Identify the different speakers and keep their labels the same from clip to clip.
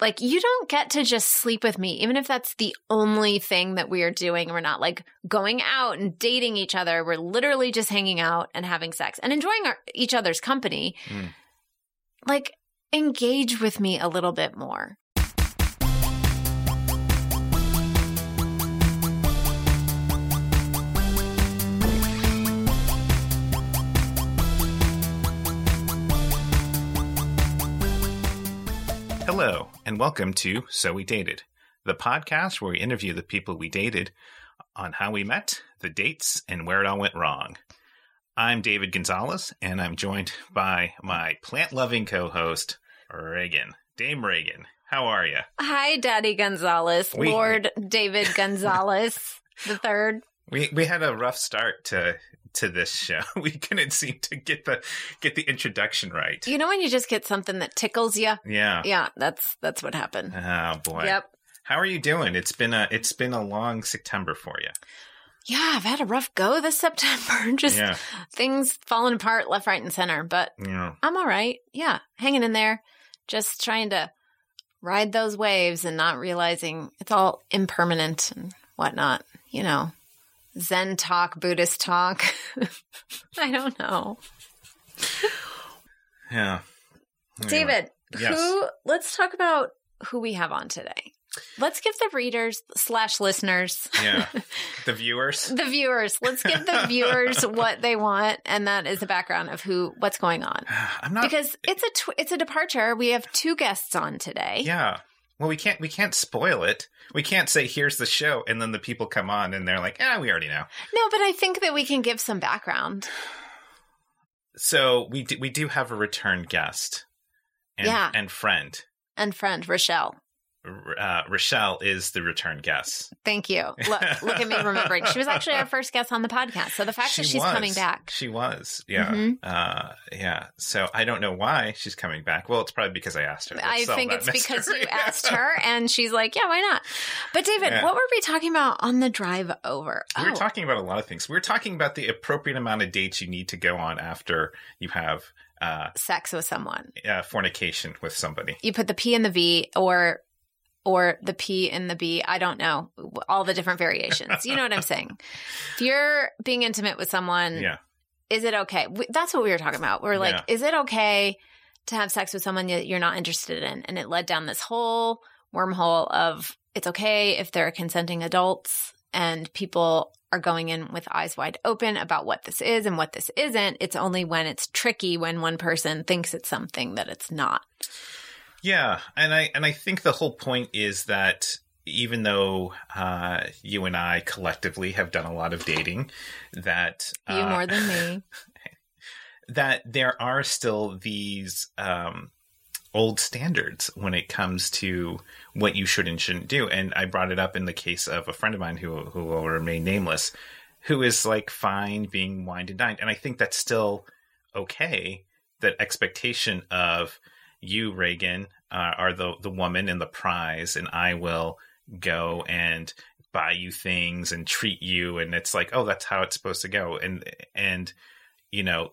Speaker 1: Like, you don't get to just sleep with me, even if that's the only thing that we are doing. We're not like going out and dating each other. We're literally just hanging out and having sex and enjoying our, each other's company.
Speaker 2: Mm.
Speaker 1: Like, engage with me a little bit more.
Speaker 2: Hello, and welcome to So We Dated, the podcast where we interview the people we dated on how we met, the dates, and where it all went wrong. I'm David Gonzalez, and I'm joined by my plant loving co host, Reagan. Dame Reagan, how are you?
Speaker 1: Hi, Daddy Gonzalez,
Speaker 2: We-
Speaker 1: Lord David Gonzalez the third.
Speaker 2: We we had a rough start to to this show. We couldn't seem to get the get the introduction right.
Speaker 1: You know when you just get something that tickles you?
Speaker 2: Yeah.
Speaker 1: Yeah, that's that's what happened.
Speaker 2: Oh boy.
Speaker 1: Yep.
Speaker 2: How are you doing? It's been a it's been a long September for you.
Speaker 1: Yeah, I've had a rough go this September. Just
Speaker 2: yeah.
Speaker 1: things falling apart left, right, and center. But
Speaker 2: Yeah.
Speaker 1: I'm all right. Yeah, hanging in there. Just trying to ride those waves and not realizing it's all impermanent and whatnot. You know, Zen talk, Buddhist talk. I don't know.
Speaker 2: Yeah. Anyway.
Speaker 1: David,
Speaker 2: Yes.
Speaker 1: who? Let's talk about who we have on today. Let's give the readers slash listeners.
Speaker 2: Yeah. The viewers.
Speaker 1: the viewers let's give the viewers what they want and that is the background of who what's going on
Speaker 2: I'm not
Speaker 1: because it's a tw- it's a departure we have two guests on today
Speaker 2: Yeah. Well, we can't we can't spoil it. We can't say here's the show and then the people come on and they're like, "Ah, we already know."
Speaker 1: no but i think that we can give some background
Speaker 2: So, we do, we do have a return guest. And
Speaker 1: Yeah.
Speaker 2: and friend.
Speaker 1: and friend rochelle
Speaker 2: R- Uh, Rochelle is the return guest.
Speaker 1: thank you look look at me remembering she was actually our first guest on the podcast so the fact that she's
Speaker 2: was.
Speaker 1: coming back
Speaker 2: She was. Yeah.
Speaker 1: Mhm.
Speaker 2: Uh, yeah. So I don't know why she's coming back. Well, it's probably because I asked her. Let's
Speaker 1: I
Speaker 2: solve
Speaker 1: think
Speaker 2: that
Speaker 1: it's because you
Speaker 2: mystery.
Speaker 1: asked her, and she's like, "Yeah, why not?" But David,
Speaker 2: Yeah.
Speaker 1: what were we talking about on the drive over?
Speaker 2: We
Speaker 1: Oh,
Speaker 2: were talking about a lot of things. We were talking about the appropriate amount of dates you need to go on after you have uh,
Speaker 1: sex with someone.
Speaker 2: uh, fornication with somebody.
Speaker 1: you put the P in the V or or the P in the B. I don't know all the different variations. You know what I'm saying? If you're being intimate with someone,
Speaker 2: Yeah.
Speaker 1: is it okay? We, that's what we were talking about. We were like,
Speaker 2: Yeah.
Speaker 1: is it okay to have sex with someone that you're not interested in? And it led down this whole wormhole of it's okay if they're consenting adults and people are going in with eyes wide open about what this is and what this isn't. It's only when it's tricky when one person thinks it's something that it's not.
Speaker 2: Yeah, and I and I think the whole point is that even though uh, you and I collectively have done a lot of dating, that
Speaker 1: You
Speaker 2: uh,
Speaker 1: more than me.
Speaker 2: that there are still these um, old standards when it comes to what you should and shouldn't do. And I brought it up in the case of a friend of mine who who will remain nameless, who is like fine being wined and dined, and I think that's still okay. That expectation of you, Reagan, uh, are the the woman and the prize, and I will go and buy you things and treat you, and it's like, oh, that's how it's supposed to go, and and you know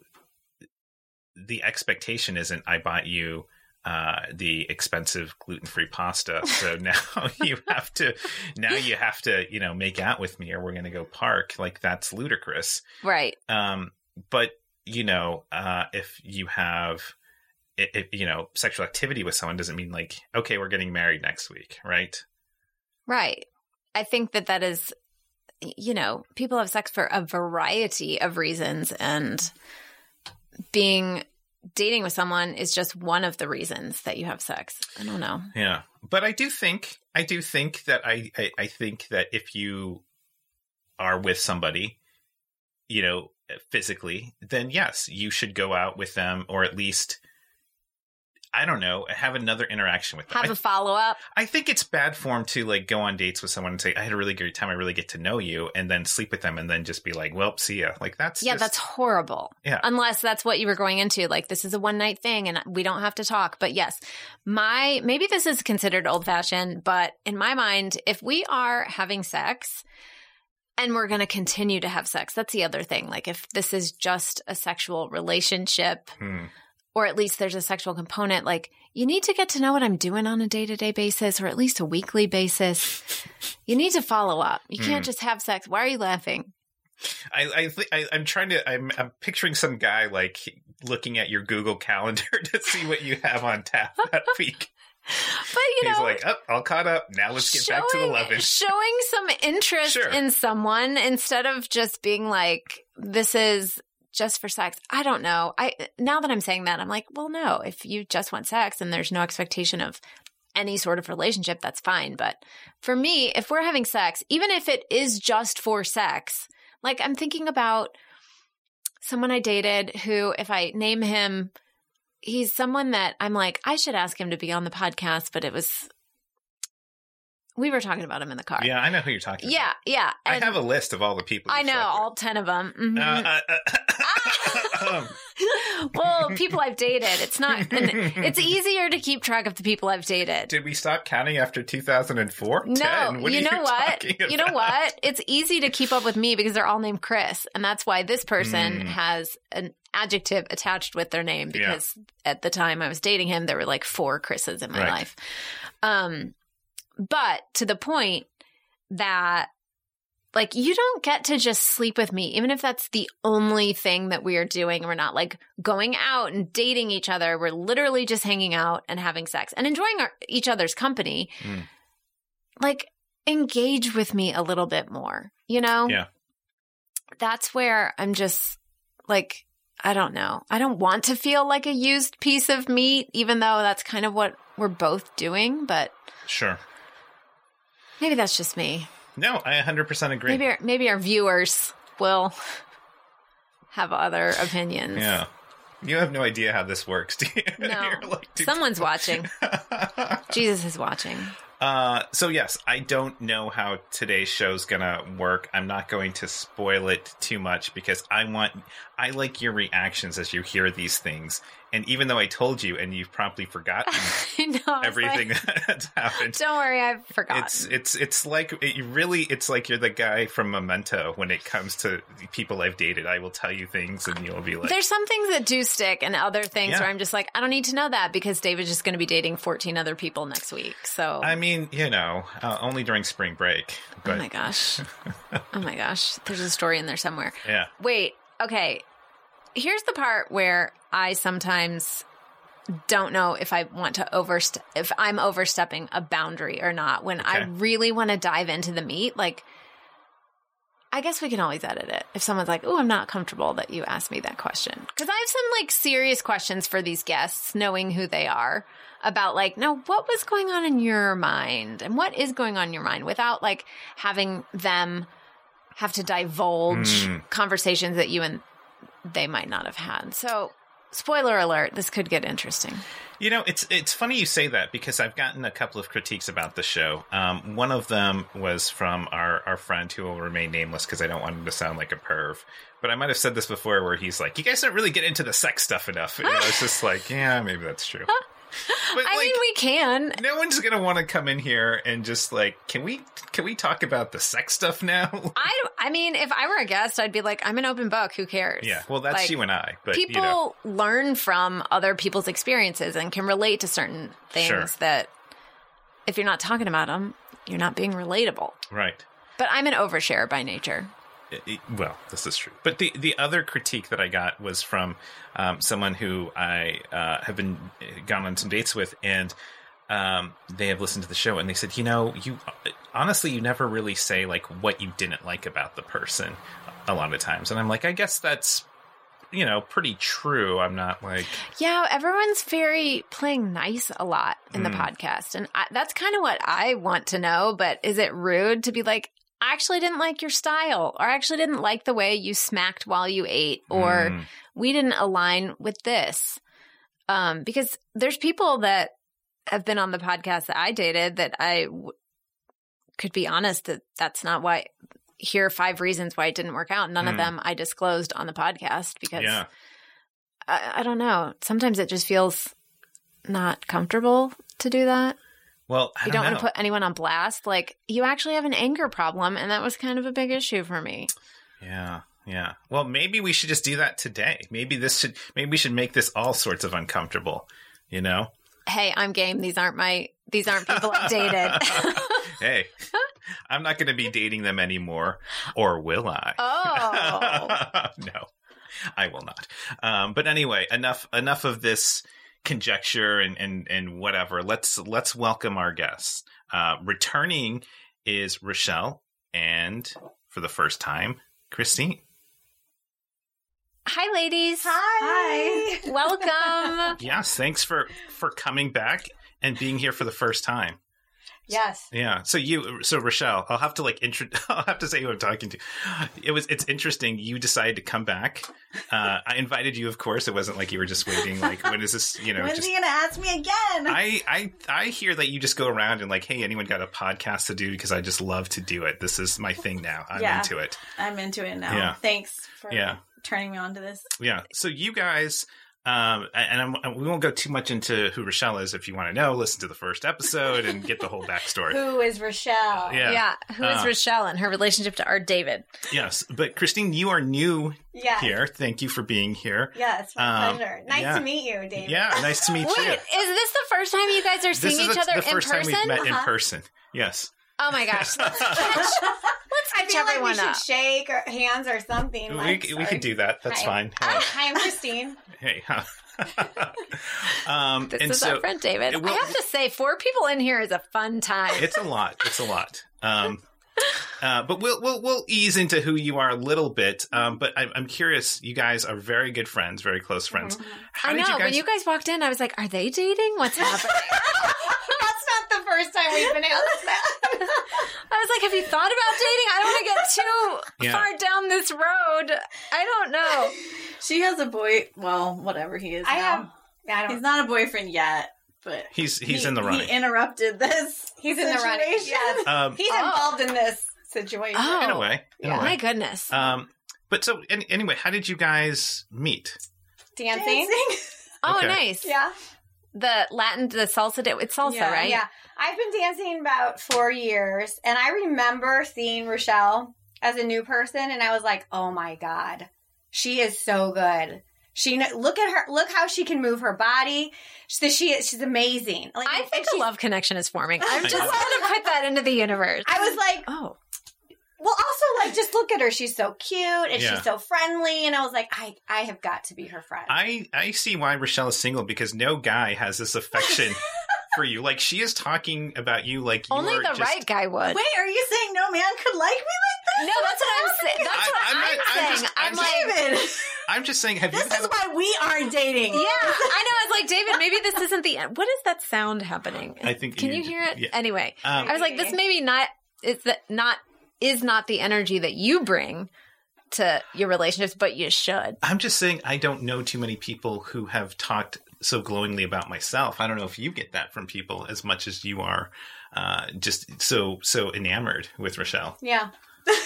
Speaker 2: the expectation isn't I bought you uh the expensive gluten-free pasta so now you have to now you have to you know make out with me or we're going to go park like that's ludicrous
Speaker 1: Right.
Speaker 2: um but you know uh if you have i if, you know sexual activity with someone doesn't mean like okay we're getting married next week right
Speaker 1: Right. I think that that is, you know, people have sex for a variety of reasons, and being dating with someone is just one of the reasons that you have sex. I don't know.
Speaker 2: Yeah, but I do think I do think that I I, I think that if you are with somebody, you know, physically, then yes, you should go out with them, or at least I don't know, have another interaction with them.
Speaker 1: Have
Speaker 2: I
Speaker 1: a follow up.
Speaker 2: I think it's bad form to like go on dates with someone and say I had a really great time, I really get to know you, and then sleep with them, and then just be like, well, see ya. Like that's
Speaker 1: Yeah,
Speaker 2: just-
Speaker 1: that's horrible.
Speaker 2: Yeah.
Speaker 1: Unless that's what you were going into. Like, this is a one night thing and we don't have to talk. But yes, my, maybe this is considered old fashioned, but in my mind, if we are having sex and we're going to continue to have sex, that's the other thing. Like, if this is just a sexual relationship,
Speaker 2: Hmm.
Speaker 1: or at least there's a sexual component like you need to get to know what i'm doing on a day-to-day basis or at least a weekly basis you need to follow up you can't
Speaker 2: Mm.
Speaker 1: just have sex why are you laughing
Speaker 2: I, I, th- I I'm trying to I'm I'm picturing some guy like looking at your Google Calendar to see what you have on tap that week.
Speaker 1: but you
Speaker 2: He's
Speaker 1: know
Speaker 2: like, "Up, all caught up. Now let's get back to the loving."
Speaker 1: showing some interest
Speaker 2: Sure.
Speaker 1: in someone instead of just being like, this is just for sex. I don't know. I now that I'm saying that, I'm like, well, no, if you just want sex and there's no expectation of any sort of relationship, that's fine. But for me, if we're having sex, even if it is just for sex, like I'm thinking about someone I dated who, if I name him, he's someone that I'm like, I should ask him to be on the podcast, but it was, we were talking about him in the car.
Speaker 2: Yeah, I know who you're talking.
Speaker 1: Yeah. Yeah.
Speaker 2: about.
Speaker 1: And
Speaker 2: I have a list of all the people.
Speaker 1: I
Speaker 2: you've
Speaker 1: know
Speaker 2: slept with.
Speaker 1: all 10 of them. Mhm.
Speaker 2: Uh, uh,
Speaker 1: well, people I've dated. It's not, and it's e easier to keep track of the people I've dated.
Speaker 2: Did we stop counting after 2004?
Speaker 1: No, you know what? You know
Speaker 2: what?
Speaker 1: what? It's easy to keep up with me because they're all named Chris, and that's why this person
Speaker 2: Mm.
Speaker 1: has an adjective attached with their name
Speaker 2: Yeah.
Speaker 1: because at the time I was dating him, there were like four Chris's in my
Speaker 2: Right.
Speaker 1: life. Um, but to the point that. Like you don't get to just sleep with me, even if that's the only thing that we are doing. We're not like going out and dating each other. We're literally just hanging out and having sex and enjoying our, each other's company
Speaker 2: Mm.
Speaker 1: like engage with me a little bit more, you know?
Speaker 2: Yeah.
Speaker 1: That's where I'm just like, I don't know. I don't want to feel like a used piece of meat, even though that's kind of what we're both doing, but
Speaker 2: Sure.
Speaker 1: maybe that's just me.
Speaker 2: No, I 100% agree.
Speaker 1: Maybe our, maybe our viewers will have other opinions.
Speaker 2: yeah. You have no idea how this works, do you?
Speaker 1: No.
Speaker 2: You're like, dude.
Speaker 1: Someone's watching. Jesus is watching.
Speaker 2: uh, so, yes, I don't know how today's show's going to work. I'm not going to spoil it too much because I want, I like your reactions as you hear these things. And even though I told you and you've probably forgotten
Speaker 1: I know. I was
Speaker 2: everything
Speaker 1: like,
Speaker 2: that's happened,
Speaker 1: Don't worry, I've forgotten.
Speaker 2: It's it's it's like it really it's like you're the guy from Memento when it comes to people I've dated. I will tell you things and you'll be like,
Speaker 1: There's some things that do stick and other things
Speaker 2: Yeah.
Speaker 1: where I'm just like, I don't need to know that because David's just going to be dating 14 other people next week. So,
Speaker 2: I mean, you know, uh, only during spring break.
Speaker 1: oh
Speaker 2: But
Speaker 1: my gosh. oh my gosh. There's a story in there somewhere.
Speaker 2: yeah,
Speaker 1: Wait, okay. Here's the part where I sometimes don't know if I want to overst if I'm overstepping a boundary or not when I
Speaker 2: Okay.
Speaker 1: really want to dive into the meat. Like, I guess we can always edit it if someone's like, "Oh, I'm not comfortable that you asked me that question," because I have some like serious questions for these guests, knowing who they are about like, now what was going on in your mind and what is going on in your mind without like having them have to divulge
Speaker 2: Mm.
Speaker 1: conversations that you and they might not have had. So, spoiler alert, this could get interesting.
Speaker 2: you know, it's it's funny you say that because I've gotten a couple of critiques about the show. Um, one of them was from our our friend who will remain nameless because I don't want him to sound like a perv. But I might have said this before, where he's like, "You guys don't really get into the sex stuff enough." And I was just like, "Yeah, maybe that's true." But
Speaker 1: I mean, we can.
Speaker 2: no one's gonna want to come in here and just like can we can we talk about the sex stuff now
Speaker 1: I I mean, if I were a guest, I'd be like, I'm an open book. Who cares?
Speaker 2: yeah well that's
Speaker 1: Like,
Speaker 2: you and i but
Speaker 1: people
Speaker 2: you know
Speaker 1: learn from other people's experiences and can relate to certain things
Speaker 2: Sure.
Speaker 1: that if you're not talking about them, you're not being relatable.
Speaker 2: right
Speaker 1: But I'm an overshare by nature.
Speaker 2: It- it- well this is true but the the other critique that i got was from um, someone who i uh, have been gone on some dates with and um, they have listened to the show and they said you know you honestly you never really say like what you didn't like about the person a lot of times and i'm like i guess that's you know pretty true i'm not like
Speaker 1: Yeah, everyone's very playing nice a lot in the
Speaker 2: Mm.
Speaker 1: podcast. And I, that's kind of what I want to know. But is it rude to be like, I actually didn't like your style, or I actually didn't like the way you smacked while you ate, or
Speaker 2: mm,
Speaker 1: we didn't align with this? Um, because there's people that have been on the podcast that I dated that I w- could be honest that that's not why. Here are five reasons why it didn't work out. None of
Speaker 2: Mm.
Speaker 1: them I disclosed on the podcast because
Speaker 2: yeah
Speaker 1: I, I don't know. Sometimes it just feels not comfortable to do that.
Speaker 2: well I
Speaker 1: You don't, want
Speaker 2: know.
Speaker 1: to put anyone on blast. Like you actually have an anger problem, and that was kind of a big issue for me.
Speaker 2: Yeah. Yeah. Well, maybe we should just do that today. Maybe this should maybe we should make this all sorts of uncomfortable, you know?
Speaker 1: Hey, I'm game. These aren't my these aren't people I dated.
Speaker 2: hey, I'm not going to be dating them anymore, or will I?
Speaker 1: oh.
Speaker 2: no, I will not. Um, but anyway, enough enough of this conjecture and and and whatever. Let's let's welcome our guests. Uh, returning is Rochelle and for the first time, Christine.
Speaker 1: Hi ladies.
Speaker 3: Hi.
Speaker 1: Welcome.
Speaker 2: Yes, thanks for for coming back and being here for the first time.
Speaker 3: Yes.
Speaker 2: Yeah. So you, so Rochelle, I'll have to like intro. I'll have to say who I'm talking to. It was. It's interesting. You decided to come back. Uh, I invited you, of course. It wasn't like you were just waiting. Like when is this? You know.
Speaker 3: When's
Speaker 2: Just,
Speaker 3: he gonna ask me again?
Speaker 2: I I I hear that you just go around and like, hey, anyone got a podcast to do? Because I just love to do it. This is my thing now. I'm
Speaker 3: Yeah.
Speaker 2: into it.
Speaker 3: I'm into it now.
Speaker 2: Yeah.
Speaker 3: Thanks for
Speaker 2: Yeah.
Speaker 3: turning me on to this.
Speaker 2: Yeah. So you guys, um, and I'm, and we won't go too much into who Rochelle is. If you want to know, listen to the first episode and get the whole backstory.
Speaker 3: Who is Rochelle?
Speaker 2: Yeah.
Speaker 1: Who is
Speaker 2: Uh.
Speaker 1: Rochelle and her relationship to our David?
Speaker 2: Yes. But Christine, you are new
Speaker 3: Yes.
Speaker 2: here. Thank you for being here.
Speaker 3: Yeah, it's my
Speaker 2: Um,
Speaker 3: pleasure. Nice
Speaker 2: yeah.
Speaker 3: to meet you, David.
Speaker 2: Yeah, nice to meet
Speaker 1: Wait,
Speaker 2: you.
Speaker 1: is this the first time you guys are
Speaker 2: This
Speaker 1: seeing
Speaker 2: is
Speaker 1: each
Speaker 2: the-
Speaker 1: other
Speaker 2: the
Speaker 1: in
Speaker 2: first
Speaker 1: person?
Speaker 2: time we've met in
Speaker 3: Uh-huh.
Speaker 2: person. Yes.
Speaker 1: Oh my gosh. Let's catch, let's
Speaker 3: I
Speaker 1: catch
Speaker 3: feel like we
Speaker 1: everyone
Speaker 3: should
Speaker 1: up.
Speaker 3: shake or hands or something.
Speaker 2: we,
Speaker 3: like,
Speaker 2: c- we
Speaker 3: sorry.
Speaker 2: can do that. That's
Speaker 3: Hi.
Speaker 2: fine.
Speaker 3: Ah, Hi, I'm Christine.
Speaker 2: Hey. hey. um,
Speaker 1: This
Speaker 2: and
Speaker 1: is
Speaker 2: so
Speaker 1: our friend David.
Speaker 2: it will-
Speaker 1: I have to say, four people in here is a fun time.
Speaker 2: it's a lot. It's a lot. Um, uh, but we'll, we'll we'll ease into who you are a little bit. Um, but I'm, I'm curious. You guys are very good friends, very close friends. How
Speaker 1: I know.
Speaker 2: did you guys?
Speaker 1: When you guys walked in, I was like, "Are they dating? What's happening?"
Speaker 3: That's not the first time we've been asked that.
Speaker 1: I was like, "Have you thought about dating? I don't want to get too
Speaker 2: Yeah.
Speaker 1: far down this road. I don't know."
Speaker 4: She has a boy. Well, whatever he is.
Speaker 3: I
Speaker 4: now.
Speaker 3: have. I don't.
Speaker 4: He's not a boyfriend yet, but
Speaker 2: he's he's
Speaker 4: he-
Speaker 2: in the running.
Speaker 4: He interrupted this.
Speaker 3: He's in the running.
Speaker 4: situation.
Speaker 3: Yes.
Speaker 2: um,
Speaker 3: He's
Speaker 1: Oh.
Speaker 3: involved in this situation.
Speaker 1: Oh.
Speaker 2: in a way. In a
Speaker 1: My
Speaker 2: way.
Speaker 1: goodness.
Speaker 2: Um, but so an anyway, how did you guys meet?
Speaker 3: Dancing.
Speaker 1: oh,
Speaker 2: okay.
Speaker 1: nice.
Speaker 3: Yeah.
Speaker 1: The Latin, the salsa. da- It's salsa,
Speaker 4: Yeah,
Speaker 1: right?
Speaker 3: Yeah. I've been dancing about four years, and I remember seeing Rochelle as a new person, and I was like, oh my God, she is so good. She kn- look at her look how she can move her body. She, she she's amazing. Like
Speaker 1: I think
Speaker 3: and
Speaker 1: a
Speaker 3: she's-
Speaker 1: love connection is forming. I'm
Speaker 2: I
Speaker 1: just
Speaker 2: know.
Speaker 1: going to put that into the universe.
Speaker 3: I was like,
Speaker 1: oh,
Speaker 3: well, also like just look at her. She's so cute and
Speaker 2: Yeah.
Speaker 3: she's so friendly, and I was like, I I have got to be her friend.
Speaker 2: I I see why Rochelle is single because no guy has this affection for you. Like she is talking about you like you
Speaker 1: only
Speaker 2: are
Speaker 1: the
Speaker 2: just,
Speaker 1: right guy would.
Speaker 4: Wait, are you saying no man could like me
Speaker 1: no, that's what I'm saying. That's
Speaker 2: I-
Speaker 1: what
Speaker 2: I'm
Speaker 1: I'm,
Speaker 2: not- I'm
Speaker 1: saying.
Speaker 2: just-
Speaker 1: I'm,
Speaker 2: I'm
Speaker 1: like.
Speaker 2: just-
Speaker 4: like that? David,
Speaker 2: I'm just saying. Have
Speaker 4: this
Speaker 2: you?
Speaker 4: is why we aren't dating.
Speaker 1: Yeah, I know. I was like, David, maybe this isn't the end. What is that sound happening?
Speaker 2: I think
Speaker 1: Can you
Speaker 2: you-
Speaker 1: hear it?
Speaker 2: yeah.
Speaker 1: Anyway,
Speaker 2: Um,
Speaker 1: I was like, this maybe not is that not is not the energy that you bring to your relationships, but you should.
Speaker 2: I'm just saying I don't know too many people who have talked so glowingly about myself. I don't know if you get that from people as much as you are uh, just so so enamored with Rochelle.
Speaker 3: yeah.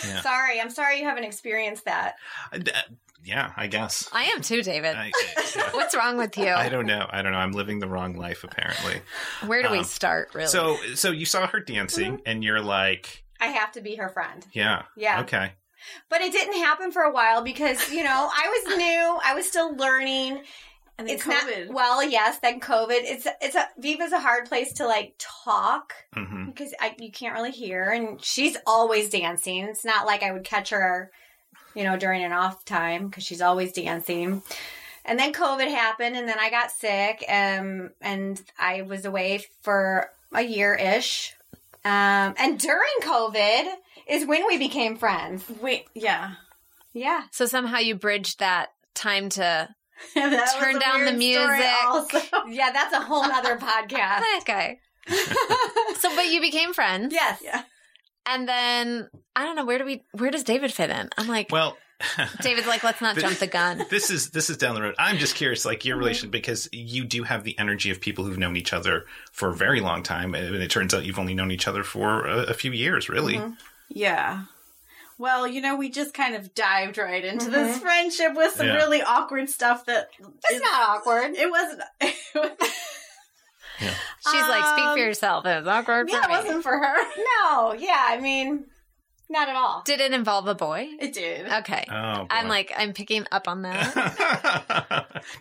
Speaker 2: Yeah.
Speaker 3: sorry, I'm sorry you haven't experienced that.
Speaker 2: Uh, d- uh, yeah, I guess.
Speaker 1: I am too, David.
Speaker 2: I, I,
Speaker 1: What's wrong with you?
Speaker 2: I don't know. I don't know. I'm living the wrong life apparently.
Speaker 1: Where do we
Speaker 2: um,
Speaker 1: start, really?
Speaker 2: So so you saw her dancing and you're like,
Speaker 3: I have to be her friend.
Speaker 2: yeah,
Speaker 3: Yeah.
Speaker 2: okay.
Speaker 3: But it didn't happen for a while because, you know, I was new, I was still learning.
Speaker 4: And then
Speaker 3: It's
Speaker 4: COVID.
Speaker 3: not well, yes, then COVID. It's it's a Viva's a hard place to like talk
Speaker 2: hmm
Speaker 3: because I, you can't really hear and she's always dancing. It's not like I would catch her, you know, during an off time because she's always dancing. And then COVID happened and then I got sick um and I was away for a year ish. Um and during COVID is when we became friends.
Speaker 4: Wait, yeah.
Speaker 3: Yeah.
Speaker 1: so somehow you bridged that time to
Speaker 4: That was
Speaker 1: Turn
Speaker 4: a
Speaker 1: down the
Speaker 4: weird story
Speaker 1: music.
Speaker 4: also.
Speaker 3: Yeah, that's a whole nother podcast.
Speaker 1: that guy. so, but you became friends,
Speaker 3: Yes.
Speaker 4: Yeah.
Speaker 1: and then I don't know where do we where does David fit in? I'm like,
Speaker 2: Well,
Speaker 1: David's like, let's not
Speaker 2: The-
Speaker 1: jump the gun.
Speaker 2: this is this is down the road. I'm just curious, like your relation, because you do have the energy of people who've known each other for a very long time, and it turns out you've only known each other for a, a few years, really.
Speaker 3: Mhm.
Speaker 4: Mm-hmm. Yeah. Well, you know, we just kind of dived right into
Speaker 3: Mhm.
Speaker 4: this friendship with some
Speaker 2: Yeah.
Speaker 4: really awkward stuff that
Speaker 3: That's not awkward.
Speaker 4: it wasn't. It was,
Speaker 1: She's like, speak for
Speaker 4: Um,
Speaker 1: yourself. It was awkward
Speaker 4: yeah, it
Speaker 1: for me.
Speaker 4: wasn't for her.
Speaker 3: No, yeah, I mean, Not at all.
Speaker 1: Did it involve a boy?
Speaker 4: It did.
Speaker 1: Okay.
Speaker 2: Oh, boy.
Speaker 1: I'm like, I'm picking up on that.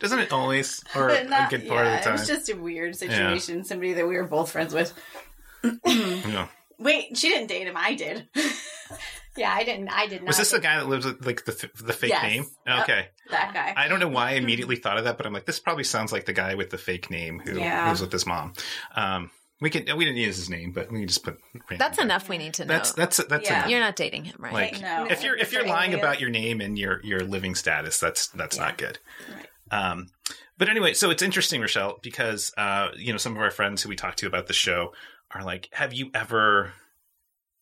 Speaker 2: Doesn't it always, or
Speaker 4: But
Speaker 2: a
Speaker 4: not-
Speaker 2: good part of
Speaker 4: yeah,
Speaker 2: the
Speaker 4: It
Speaker 2: time?
Speaker 4: was just a weird situation. Somebody that we were both friends with.
Speaker 2: Yeah.
Speaker 4: Wait, she didn't date him. I did.
Speaker 3: Yeah, I didn't. I did not.
Speaker 2: Was this the guy that lives with like the f- the fake
Speaker 4: Yes.
Speaker 2: name?
Speaker 4: Yep.
Speaker 2: Okay,
Speaker 4: that guy.
Speaker 2: I don't know why I immediately thought of that, but I'm like, this probably sounds like the guy with the fake name who
Speaker 4: Yeah.
Speaker 2: lives with his mom. Um, we could we didn't use his name, but we can just put random
Speaker 1: That's
Speaker 2: guy.
Speaker 1: enough we need to know.
Speaker 2: That's that's that's
Speaker 4: Yeah.
Speaker 2: enough.
Speaker 1: You're not dating him, right?
Speaker 2: Like,
Speaker 4: No.
Speaker 2: if you're if you're
Speaker 3: It's
Speaker 2: lying
Speaker 3: alias.
Speaker 2: about your name and your your living status, that's that's
Speaker 4: Yeah.
Speaker 2: not good.
Speaker 4: Right.
Speaker 2: Um, but anyway, so it's interesting, Rochelle, because uh, you know some of our friends who we talk to about the show are like, "Have you ever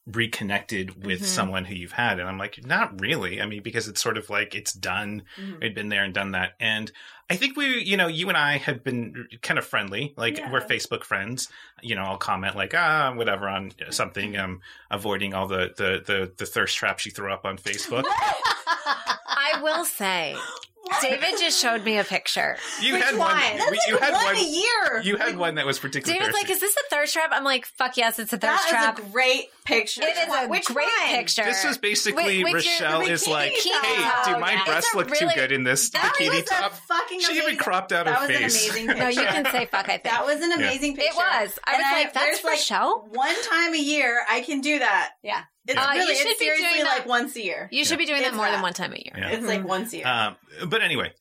Speaker 2: reconnected with
Speaker 4: Mm-hmm.
Speaker 1: Mhm.
Speaker 2: someone who you've had?" And I'm like, "Not really. I mean, because it's sort of like it's done.
Speaker 4: Mhm.
Speaker 2: We'd been there and done that." And I think we, you know, you and I have been kind of friendly. Like
Speaker 4: Yeah.
Speaker 2: we're Facebook friends. You know, I'll comment like, "Ah, whatever" on something. I'm avoiding all the the the, the thirst traps you throw up on Facebook.
Speaker 1: I will say,
Speaker 4: What?
Speaker 1: David just showed me a picture.
Speaker 2: You
Speaker 3: Which
Speaker 2: had
Speaker 3: one?
Speaker 2: one.
Speaker 3: That's
Speaker 2: you had
Speaker 4: What
Speaker 2: one.
Speaker 4: a year!
Speaker 2: You had one that was particularly
Speaker 1: David's like,
Speaker 2: thirsty.
Speaker 1: is this a thirst trap? I'm like, fuck yes, it's a thirst
Speaker 4: That is
Speaker 1: trap.
Speaker 4: a great picture.
Speaker 1: it is a
Speaker 3: Which
Speaker 1: great
Speaker 3: one?
Speaker 1: picture.
Speaker 2: This is basically
Speaker 1: With- with your-
Speaker 2: Rochelle
Speaker 4: the
Speaker 2: is like,
Speaker 4: bikini top.
Speaker 2: hey, do my
Speaker 1: It's a
Speaker 2: breasts look
Speaker 1: really-
Speaker 2: too good in this
Speaker 4: That
Speaker 2: bikini
Speaker 4: was
Speaker 2: top?
Speaker 4: a fucking.
Speaker 2: She even
Speaker 4: amazing-
Speaker 2: cropped out
Speaker 4: That
Speaker 2: her
Speaker 4: was an
Speaker 2: face.
Speaker 4: amazing. Picture.
Speaker 1: no, you can say fuck, I think.
Speaker 4: That was an amazing picture.
Speaker 1: it was. I was
Speaker 4: And
Speaker 1: like, that's
Speaker 4: there's, like,
Speaker 1: Rochelle?
Speaker 4: One time a year, I can do that.
Speaker 3: Yeah.
Speaker 4: It's
Speaker 1: Uh, you
Speaker 4: really,
Speaker 1: should
Speaker 4: it's
Speaker 1: be doing
Speaker 4: seriously
Speaker 1: that.
Speaker 4: like once a year.
Speaker 1: you should be doing
Speaker 4: It's
Speaker 1: that more than
Speaker 4: that.
Speaker 1: one time a year.
Speaker 2: Yeah.
Speaker 4: It's like once a year.
Speaker 2: Um, but anyway,